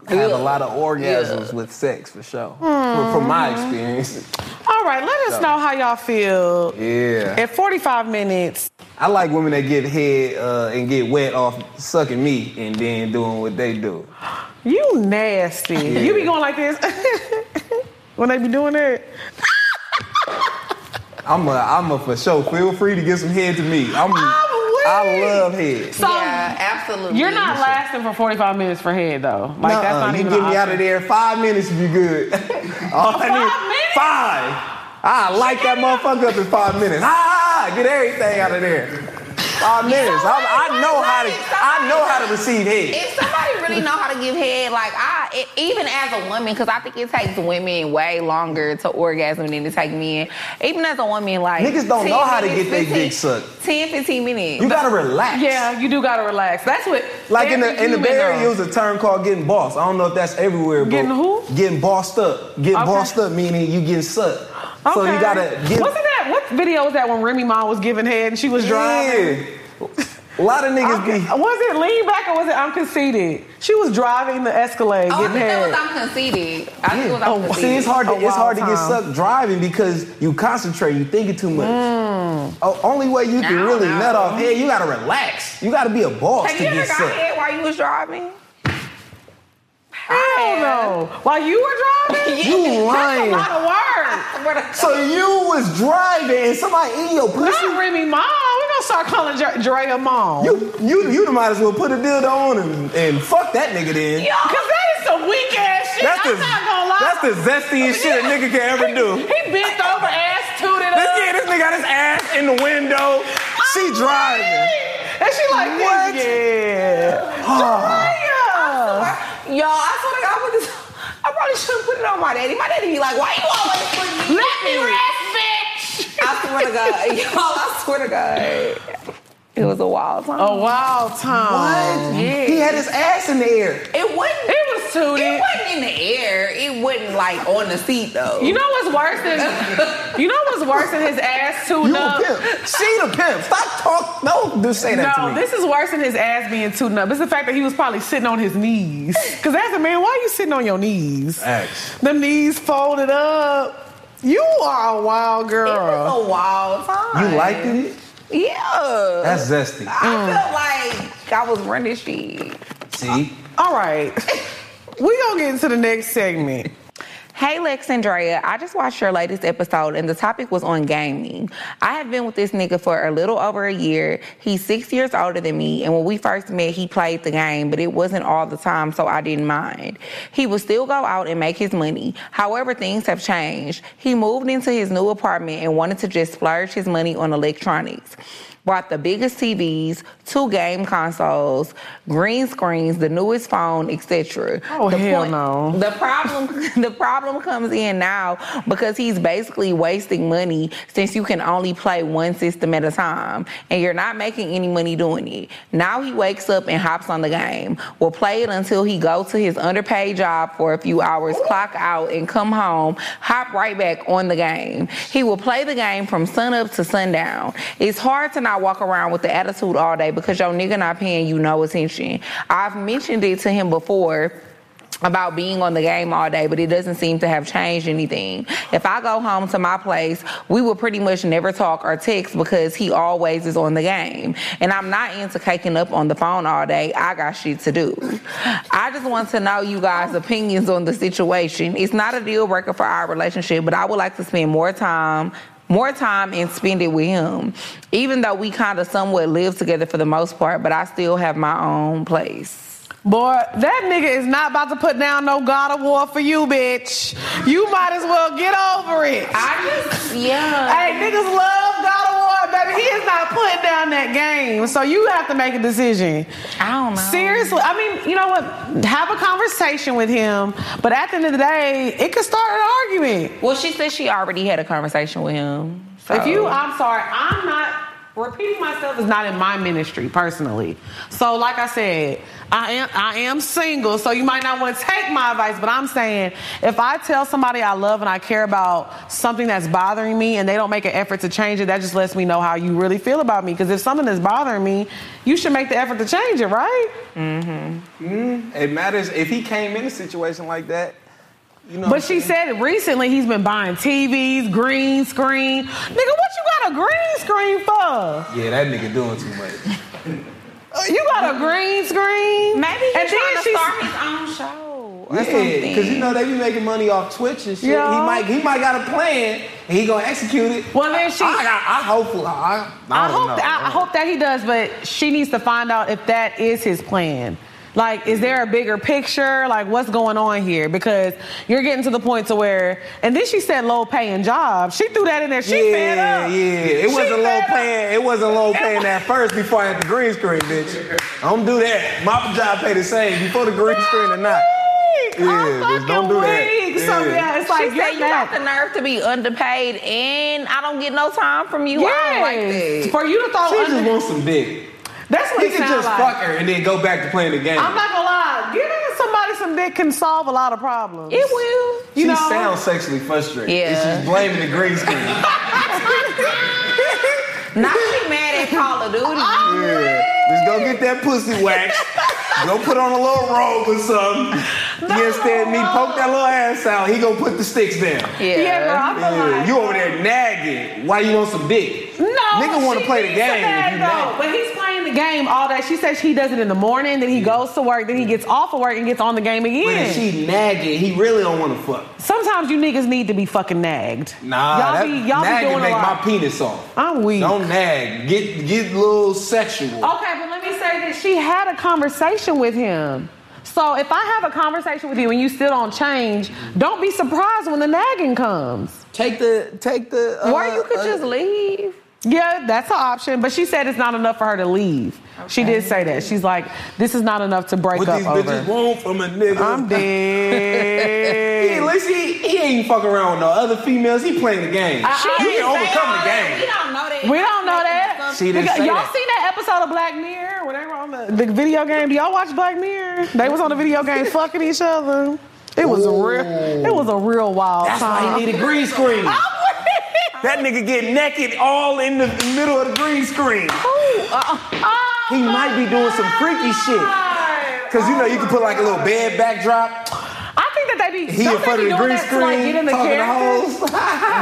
Speaker 3: have
Speaker 2: Yeah.
Speaker 3: a lot of orgasms
Speaker 2: Yeah. Mm-hmm.
Speaker 3: with sex for sure, from, from my experience.
Speaker 1: All right, let us know how y'all feel.
Speaker 3: Yeah,
Speaker 1: At 45 minutes,
Speaker 3: I like women that get head uh, and get wet off sucking me and then doing what they do.
Speaker 1: you nasty. You be going like this when they be doing that.
Speaker 3: I'm a, I'm a for sure. Feel free to get some head to me.
Speaker 1: I'm
Speaker 3: I'm,
Speaker 1: weak.
Speaker 3: I love head.
Speaker 1: So
Speaker 2: yeah, absolutely.
Speaker 1: you're not lasting for 45 minutes for head though. Like that's
Speaker 3: Nuh-uh,
Speaker 1: not
Speaker 3: you
Speaker 1: even.
Speaker 3: get
Speaker 1: an
Speaker 3: me out
Speaker 1: option.
Speaker 3: of there. in Five minutes if you good. All I need,
Speaker 1: minutes?
Speaker 3: Five. I like that motherfucker up in five minutes. Ah, get everything out of there. Five minutes. I, I know how to. I know how to receive head.
Speaker 2: If somebody really know how to give head, like I, it, even as a woman, because I think it takes women way longer to orgasm than it takes men. Even as a woman, like
Speaker 3: Niggas don't
Speaker 2: 10
Speaker 3: know how to
Speaker 2: minutes,
Speaker 3: get their
Speaker 2: 15
Speaker 3: dick sucked.
Speaker 2: 10, 15 minutes.
Speaker 3: You gotta relax.
Speaker 1: Yeah, you do gotta relax. That's what.
Speaker 3: Like in
Speaker 1: every
Speaker 3: the in the
Speaker 1: human
Speaker 3: Bay Area, it
Speaker 1: knows.
Speaker 3: was a term called getting bossed. I don't know if that's everywhere, but
Speaker 1: Getting who?
Speaker 3: Getting bossed up. Getting
Speaker 1: Okay.
Speaker 3: bossed up meaning you getting sucked. So you
Speaker 1: Okay.
Speaker 3: gotta get.
Speaker 1: Wasn't that what video was that when Remy Ma was giving head and she was driving?
Speaker 3: Yeah. A lot of niggas
Speaker 1: I'm-
Speaker 3: be.
Speaker 1: was it lean back or was it I'm conceited? She was driving the Escalade,
Speaker 2: Oh, I
Speaker 1: getting
Speaker 2: think that was
Speaker 1: head.
Speaker 2: I'm conceited. I think it was
Speaker 1: Oh,
Speaker 2: I'm conceited.
Speaker 3: See, it's hard to
Speaker 1: A
Speaker 3: it's hard to get
Speaker 1: wild time.
Speaker 3: sucked driving because you concentrate, you thinking too much.
Speaker 1: Mm.
Speaker 3: O- only way you can
Speaker 2: I don't
Speaker 3: really
Speaker 2: know.
Speaker 3: let off head, you gotta relax. You gotta be a boss
Speaker 2: Have
Speaker 3: to
Speaker 2: you ever
Speaker 3: get
Speaker 2: got
Speaker 3: sucked.
Speaker 2: head while you was driving?
Speaker 1: Hell no! While you were driving,
Speaker 3: You lying.
Speaker 1: That's a lot of work.
Speaker 2: Where
Speaker 3: So you was driving and somebody eat your
Speaker 1: Not
Speaker 3: pussy.
Speaker 1: Remy Mom. We're gonna start calling Dre, Dre a mom.
Speaker 3: You you you might as well put a dildo on and, and fuck that nigga then.
Speaker 2: Yo,
Speaker 1: Cause that is some weak ass shit.
Speaker 3: That's
Speaker 1: I'm
Speaker 3: the,
Speaker 1: not gonna lie.
Speaker 3: that's the zestiest shit a nigga can ever do.
Speaker 1: He bent over, ass tooted
Speaker 3: This
Speaker 1: up.
Speaker 3: kid, this nigga got his ass in the window.
Speaker 1: Oh,
Speaker 3: She driving.
Speaker 1: And she like
Speaker 3: What?
Speaker 1: this. Yeah.
Speaker 3: Ah.
Speaker 1: Yeah.
Speaker 2: Yo, I swear to God, I, put this, I probably should have put it on my daddy. My daddy be like, why you always putting me?
Speaker 1: Let me rest, bitch.
Speaker 2: I swear to God, y'all, I swear to God. It was a wild time.
Speaker 3: Oh.
Speaker 1: A wild time.
Speaker 3: What?
Speaker 1: Yeah.
Speaker 3: He had his ass in the air.
Speaker 2: It wasn't.
Speaker 1: It was
Speaker 2: It
Speaker 1: tooted.
Speaker 2: wasn't in the air. It wasn't like on the seat though.
Speaker 1: You know what's worse than you know what's worse than his ass tooting
Speaker 3: You a
Speaker 1: up.
Speaker 3: pimp. She the pimp. Stop talk. Don't do say that
Speaker 1: No,
Speaker 3: to me.
Speaker 1: this is worse than his ass being tooted up. It's the fact that he was probably sitting on his knees. Cause as a man, why are you sitting on your knees?
Speaker 3: Facts.
Speaker 1: Them knees folded up. You are a wild
Speaker 2: it
Speaker 1: girl.
Speaker 2: was a wild time.
Speaker 3: you liked it?
Speaker 2: Yeah.
Speaker 3: That's
Speaker 1: Uh,
Speaker 3: zesty.
Speaker 2: I felt like I was running shit.
Speaker 3: See?
Speaker 1: All right. We gonna get into the next segment.
Speaker 2: Hey Lex and Drea, I just watched your latest episode and the topic was on gaming. I have been with this nigga for a little over a year. He's six years older than me, and when we first met, he played the game, but it wasn't all the time, so I didn't mind. He would still go out and make his money. However, things have changed. He moved into his new apartment and wanted to just splurge his money on electronics. Bought the biggest TVs, two game consoles, green screens, the newest phone, etc.
Speaker 1: Oh,
Speaker 2: The
Speaker 1: hell no.
Speaker 2: the problem the problem comes in now because he's basically wasting money since you can only play one system at a time and you're not making any money doing it. Now he wakes up and hops on the game. Will play it until he goes to his underpaid job for a few hours, clock out and come home, hop right back on the game. He will play the game from sunup to sundown. It's hard to not walk around with the attitude all day because your nigga not paying you no attention. I've mentioned it to him before about being on the game all day, but it doesn't seem to have changed anything. If I go home to my place, we will pretty much never talk or text because he always is on the game. And I'm not into caking up on the phone all day. I got shit to do. I just want to know you guys' opinions on the situation. It's not a deal breaker for our relationship, but I would like to spend more time more time and spend it with him. Even though we kind of somewhat live together for the most part, but I still have my own place.
Speaker 1: Boy, that nigga is not about to put down no God of War for you, bitch. You might as well get over it.
Speaker 2: I just yeah.
Speaker 1: Hey, niggas love God of War, baby. He is not putting down that game. So you have to make a decision.
Speaker 2: I don't know.
Speaker 1: Seriously, I mean, you know what? Have a conversation with him, but at the end of the day, it could start an argument.
Speaker 2: Well, she said she already had a conversation with him. So.
Speaker 1: If you, I'm sorry, I'm not. Repeating myself is not in my ministry personally. So, like I said, I am I am single, so you might not want to take my advice. But I'm saying, if I tell somebody I love and I care about something that's bothering me, and they don't make an effort to change it, that just lets me know how you really feel about me. Because if something is bothering me, you should make the effort to change it, right?
Speaker 3: It matters if he came in a situation like that. You know
Speaker 1: But she said recently he's been buying TVs, green screen. Nigga, what you got a green screen for?
Speaker 3: Yeah, that nigga doing too much.
Speaker 1: You got a green screen?
Speaker 2: maybe he's
Speaker 1: And then
Speaker 2: trying to
Speaker 1: she's-
Speaker 2: start his own show or
Speaker 3: yeah,
Speaker 2: something.
Speaker 3: because you know they be making money off Twitch and shit.
Speaker 1: Yeah.
Speaker 3: He might he might got a plan and he gonna execute it.
Speaker 1: Well, then she.
Speaker 3: I
Speaker 1: I,
Speaker 3: got I hopeful I, I, don't
Speaker 1: hope
Speaker 3: know.
Speaker 1: that, I, hope that he does, but she needs to find out if that is his plan. Like, is there a bigger picture? Like, what's going on here? Because you're getting to the point to where, and then she said low paying jobs. She threw that in there. She fed
Speaker 3: yeah,
Speaker 1: up.
Speaker 3: yeah. It
Speaker 1: She
Speaker 3: wasn't low
Speaker 1: fed up.
Speaker 3: paying. It wasn't low paying at first before I had the green screen, bitch. Don't do that. My job pay the same before the green screen or not.
Speaker 1: Weak. I'm
Speaker 3: Yeah, just
Speaker 1: fucking
Speaker 3: don't do that.
Speaker 1: weak. So
Speaker 3: Yeah.
Speaker 1: yeah, it's like
Speaker 2: she
Speaker 1: you're
Speaker 2: said you
Speaker 1: mad.
Speaker 2: got the nerve to be underpaid, and I don't get no time from you. I don't
Speaker 1: Yes.
Speaker 2: like that.
Speaker 1: For you to throw
Speaker 3: She just
Speaker 1: under-
Speaker 3: wants some dick.
Speaker 1: that's what
Speaker 3: He
Speaker 1: it
Speaker 3: could
Speaker 1: sound
Speaker 3: just
Speaker 1: like.
Speaker 3: fuck her and then go back to playing the game.
Speaker 1: I'm not gonna lie. Giving somebody some dick can solve a lot of problems.
Speaker 2: It will.
Speaker 1: you
Speaker 3: she
Speaker 1: know.
Speaker 3: sounds sexually frustrated.
Speaker 2: Yeah.
Speaker 3: And she's blaming the green screen.
Speaker 2: Not she mad at playing Call of Duty.
Speaker 3: Yeah. Just go get that pussy waxed. go put on a little robe or something. you understand me? Poke that little ass out. He gonna put the sticks down.
Speaker 1: Yeah, bro. I feel
Speaker 3: Yeah,
Speaker 1: like
Speaker 3: you over there nagging. Why you want some dick?
Speaker 1: No,
Speaker 3: Nigga wanna
Speaker 1: she
Speaker 3: play the
Speaker 1: needs to
Speaker 3: game if
Speaker 1: bag
Speaker 3: you
Speaker 1: though,
Speaker 3: mad.
Speaker 1: but he's playing the game all day. She says he does it in the morning, then he goes to work, then he gets off of work and gets on the game
Speaker 3: But
Speaker 1: again.
Speaker 3: if she nagging, he really don't want to fuck.
Speaker 1: Sometimes you niggas need to be fucking nagged.
Speaker 3: Nah,
Speaker 1: y'all
Speaker 3: that,
Speaker 1: be y'all
Speaker 3: nagging
Speaker 1: be doing
Speaker 3: make
Speaker 1: a lot.
Speaker 3: my penis off.
Speaker 1: I'm weak.
Speaker 3: Don't nag. Get get a little sexual.
Speaker 1: Okay, but let me say that she had a conversation with him. So if I have a conversation with you and you still don't change, don't be surprised when the nagging comes.
Speaker 3: Take the take the. Uh,
Speaker 2: Or you could
Speaker 3: uh,
Speaker 2: just leave.
Speaker 1: Yeah, that's an option. But she said it's not enough for her to leave. She did say that. She's like, this is not enough to break
Speaker 3: What
Speaker 1: up
Speaker 3: these
Speaker 1: over.
Speaker 3: bitches want from a nigga?
Speaker 1: I'm
Speaker 3: He,
Speaker 1: dead.
Speaker 3: at least he, he ain't fucking around with no other females. He playing the game.
Speaker 1: I- I-
Speaker 3: he ain't overcome the
Speaker 2: We
Speaker 3: game.
Speaker 2: don't know that.
Speaker 1: We don't know that.
Speaker 3: She didn't
Speaker 1: Because-
Speaker 3: say
Speaker 1: y'all
Speaker 3: that.
Speaker 1: seen that episode of Black Mirror when they were on the, the video game? Do y'all watch Black Mirror? They was on the video game fucking each other. It was a real. It was a real wild
Speaker 3: That's
Speaker 1: time.
Speaker 3: why he need a green screen. That nigga get naked all in the middle of the green screen. He might be doing some freaky shit. Cause you know you can put like a little bed backdrop.
Speaker 1: I think that they be.
Speaker 3: He
Speaker 1: don't
Speaker 3: in
Speaker 1: they
Speaker 3: front
Speaker 1: be
Speaker 3: of the
Speaker 1: doing
Speaker 3: green
Speaker 1: that to, like, get in
Speaker 3: screen
Speaker 1: the
Speaker 3: talking
Speaker 1: character?
Speaker 3: to hoes.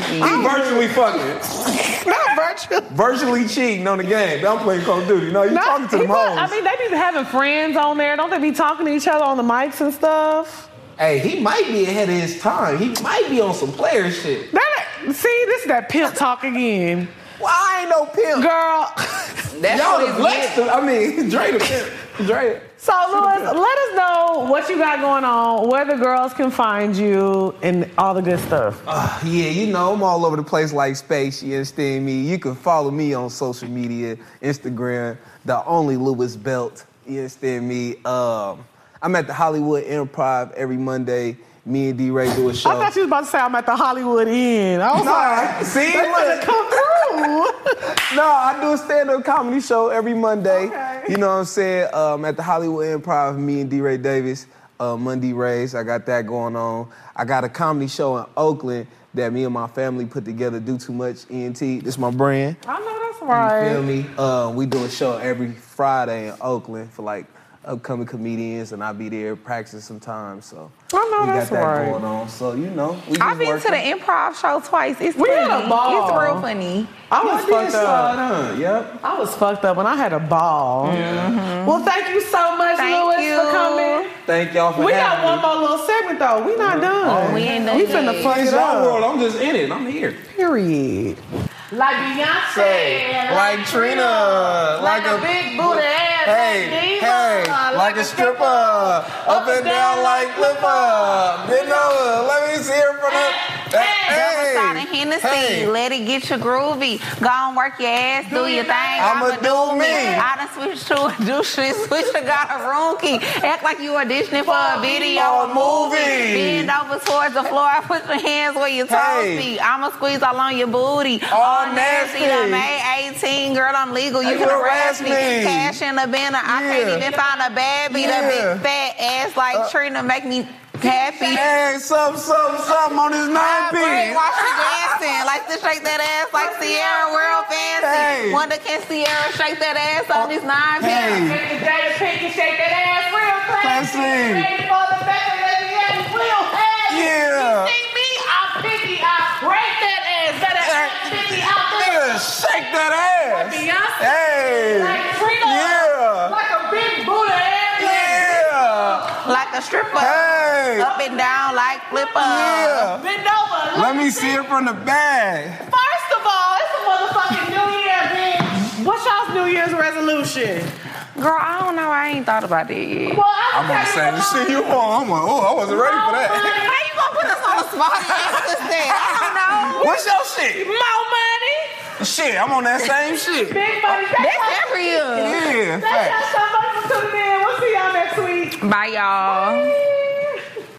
Speaker 3: he
Speaker 2: Y'all is crazy.
Speaker 3: virtually fucking,
Speaker 1: Not virtual.
Speaker 3: virtually cheating on the game. I'm playing Call of Duty. No, you
Speaker 1: Not-
Speaker 3: talking to
Speaker 1: he
Speaker 3: them
Speaker 1: put- I
Speaker 3: hoes.
Speaker 1: mean, they be having friends on there. Don't they be talking to each other on the mics and stuff?
Speaker 3: Hey, he might be ahead of his time. He might be on some player shit.
Speaker 1: That, see, this is that pimp talk again,
Speaker 3: Well, I ain't no pimp.
Speaker 1: girl.
Speaker 2: That's
Speaker 3: Y'all
Speaker 2: what
Speaker 3: the
Speaker 2: it's
Speaker 3: blessed. I mean, Dre the pimp. Dre.
Speaker 1: So, Lewis, let us know what you got going on, where the girls can find you, and all the good stuff.
Speaker 3: Uh, yeah, you know, I'm all over the place like space. You understand me? You can follow me on social media, Instagram, the only Lewis Belt. You understand me? Um, I'm at the Hollywood Improv every Monday. Me and D Ray do a show.
Speaker 1: I thought you was about to say I'm at the Hollywood Inn. I was like,
Speaker 3: Nah, see,
Speaker 1: that's gonna
Speaker 3: look.
Speaker 1: come through.
Speaker 3: No, I do a stand-up comedy show every Monday.
Speaker 1: Okay.
Speaker 3: You know what I'm saying? Um, at the Hollywood Improv, me and D-Ray Davis, uh, Monday Rays. I got that going on. I got a comedy show in Oakland that me and my family put together. Do too much ENT. This my brand.
Speaker 1: I know that's
Speaker 3: You feel
Speaker 1: right.
Speaker 3: me? Uh, we do a show every Friday in Oakland for like upcoming comedians, and I be there practicing sometimes. So
Speaker 1: I know
Speaker 3: we got
Speaker 1: that's
Speaker 3: that
Speaker 1: right.
Speaker 3: going on. So you know, we just
Speaker 2: I've been to
Speaker 3: working.
Speaker 2: the improv show twice. It's
Speaker 1: We
Speaker 2: funny.
Speaker 1: had a ball.
Speaker 2: It's real funny.
Speaker 1: I was
Speaker 3: Y'all did
Speaker 1: fucked up.
Speaker 3: slide on, Yep.
Speaker 1: I was fucked up and I had a ball. Well, thank you so much,
Speaker 2: Thank
Speaker 1: Lewis, for
Speaker 2: you.
Speaker 1: coming.
Speaker 3: Thank y'all for
Speaker 1: We got
Speaker 3: having me.
Speaker 1: one more little segment though. We
Speaker 3: Oh,
Speaker 1: not done.
Speaker 2: We ain't done
Speaker 1: We finna
Speaker 2: yet.
Speaker 1: fuck
Speaker 3: It's
Speaker 1: it
Speaker 3: y'all world.
Speaker 1: up.
Speaker 3: I'm just in it. I'm here.
Speaker 1: Period. Like Beyonce,
Speaker 3: like Trina, like a
Speaker 1: big booty ass.
Speaker 3: Hey, hey, like a stripper, up and down like flipper. Bend over, let me see her from the.
Speaker 2: Double
Speaker 3: Hey,
Speaker 2: sided Hennessy.
Speaker 3: hey.
Speaker 2: Let it get you groovy. Go on, work your ass, do, your thing.
Speaker 3: I'ma do me.
Speaker 2: I done switched to a douche and switched to got a room key. Act like you auditioning for a video
Speaker 3: Or a
Speaker 2: or movie.
Speaker 3: movie.
Speaker 2: Bend over towards the floor. Put your hands where your toes
Speaker 3: Hey.
Speaker 2: be. I'ma squeeze all on your booty.
Speaker 3: All nasty.
Speaker 2: I'm May 18, girl, I'm legal. You
Speaker 3: You
Speaker 2: can harass
Speaker 3: harass
Speaker 2: me.
Speaker 3: me.
Speaker 2: Cash in the banner. I
Speaker 3: Yeah.
Speaker 2: can't even find a bad beat.
Speaker 3: Yeah. Uh,
Speaker 2: A big fat ass like Trina make me happy.
Speaker 3: Hey, some, some, some on this nine
Speaker 2: Brain
Speaker 3: piece.
Speaker 2: wash the dancing. Like to shake that ass like Sierra World Fancy.
Speaker 3: Hey.
Speaker 2: Wonder can Sierra shake that ass on this nine pin.
Speaker 3: Hey, classy. Yeah. Nigga, shake that ass. Hey. Yeah. Yeah.
Speaker 2: Like a stripper.
Speaker 3: Hey.
Speaker 2: Up and down like flipper.
Speaker 1: uh,
Speaker 3: Yeah. Let me see it from the back.
Speaker 1: First of all, it's a motherfucking New Year, bitch. What's y'all's New Year's resolution?
Speaker 2: Girl, I don't know. I ain't thought about it yet.
Speaker 1: Well, I
Speaker 3: I'm on the
Speaker 1: tell you
Speaker 3: same
Speaker 1: what
Speaker 3: shit
Speaker 1: mine-
Speaker 3: you on. I'm on. Oh, I wasn't ready for that.
Speaker 2: How you gonna put us on the spot and ask us that? I don't know.
Speaker 3: What's your shit?
Speaker 1: More money,
Speaker 3: Shit, I'm on that same shit.
Speaker 1: big money. That's
Speaker 2: That's every year.
Speaker 3: Yeah,
Speaker 1: Thank
Speaker 3: facts.
Speaker 1: y'all so much for tuning in. We'll see y'all next week.
Speaker 2: Bye, y'all.
Speaker 1: Bye.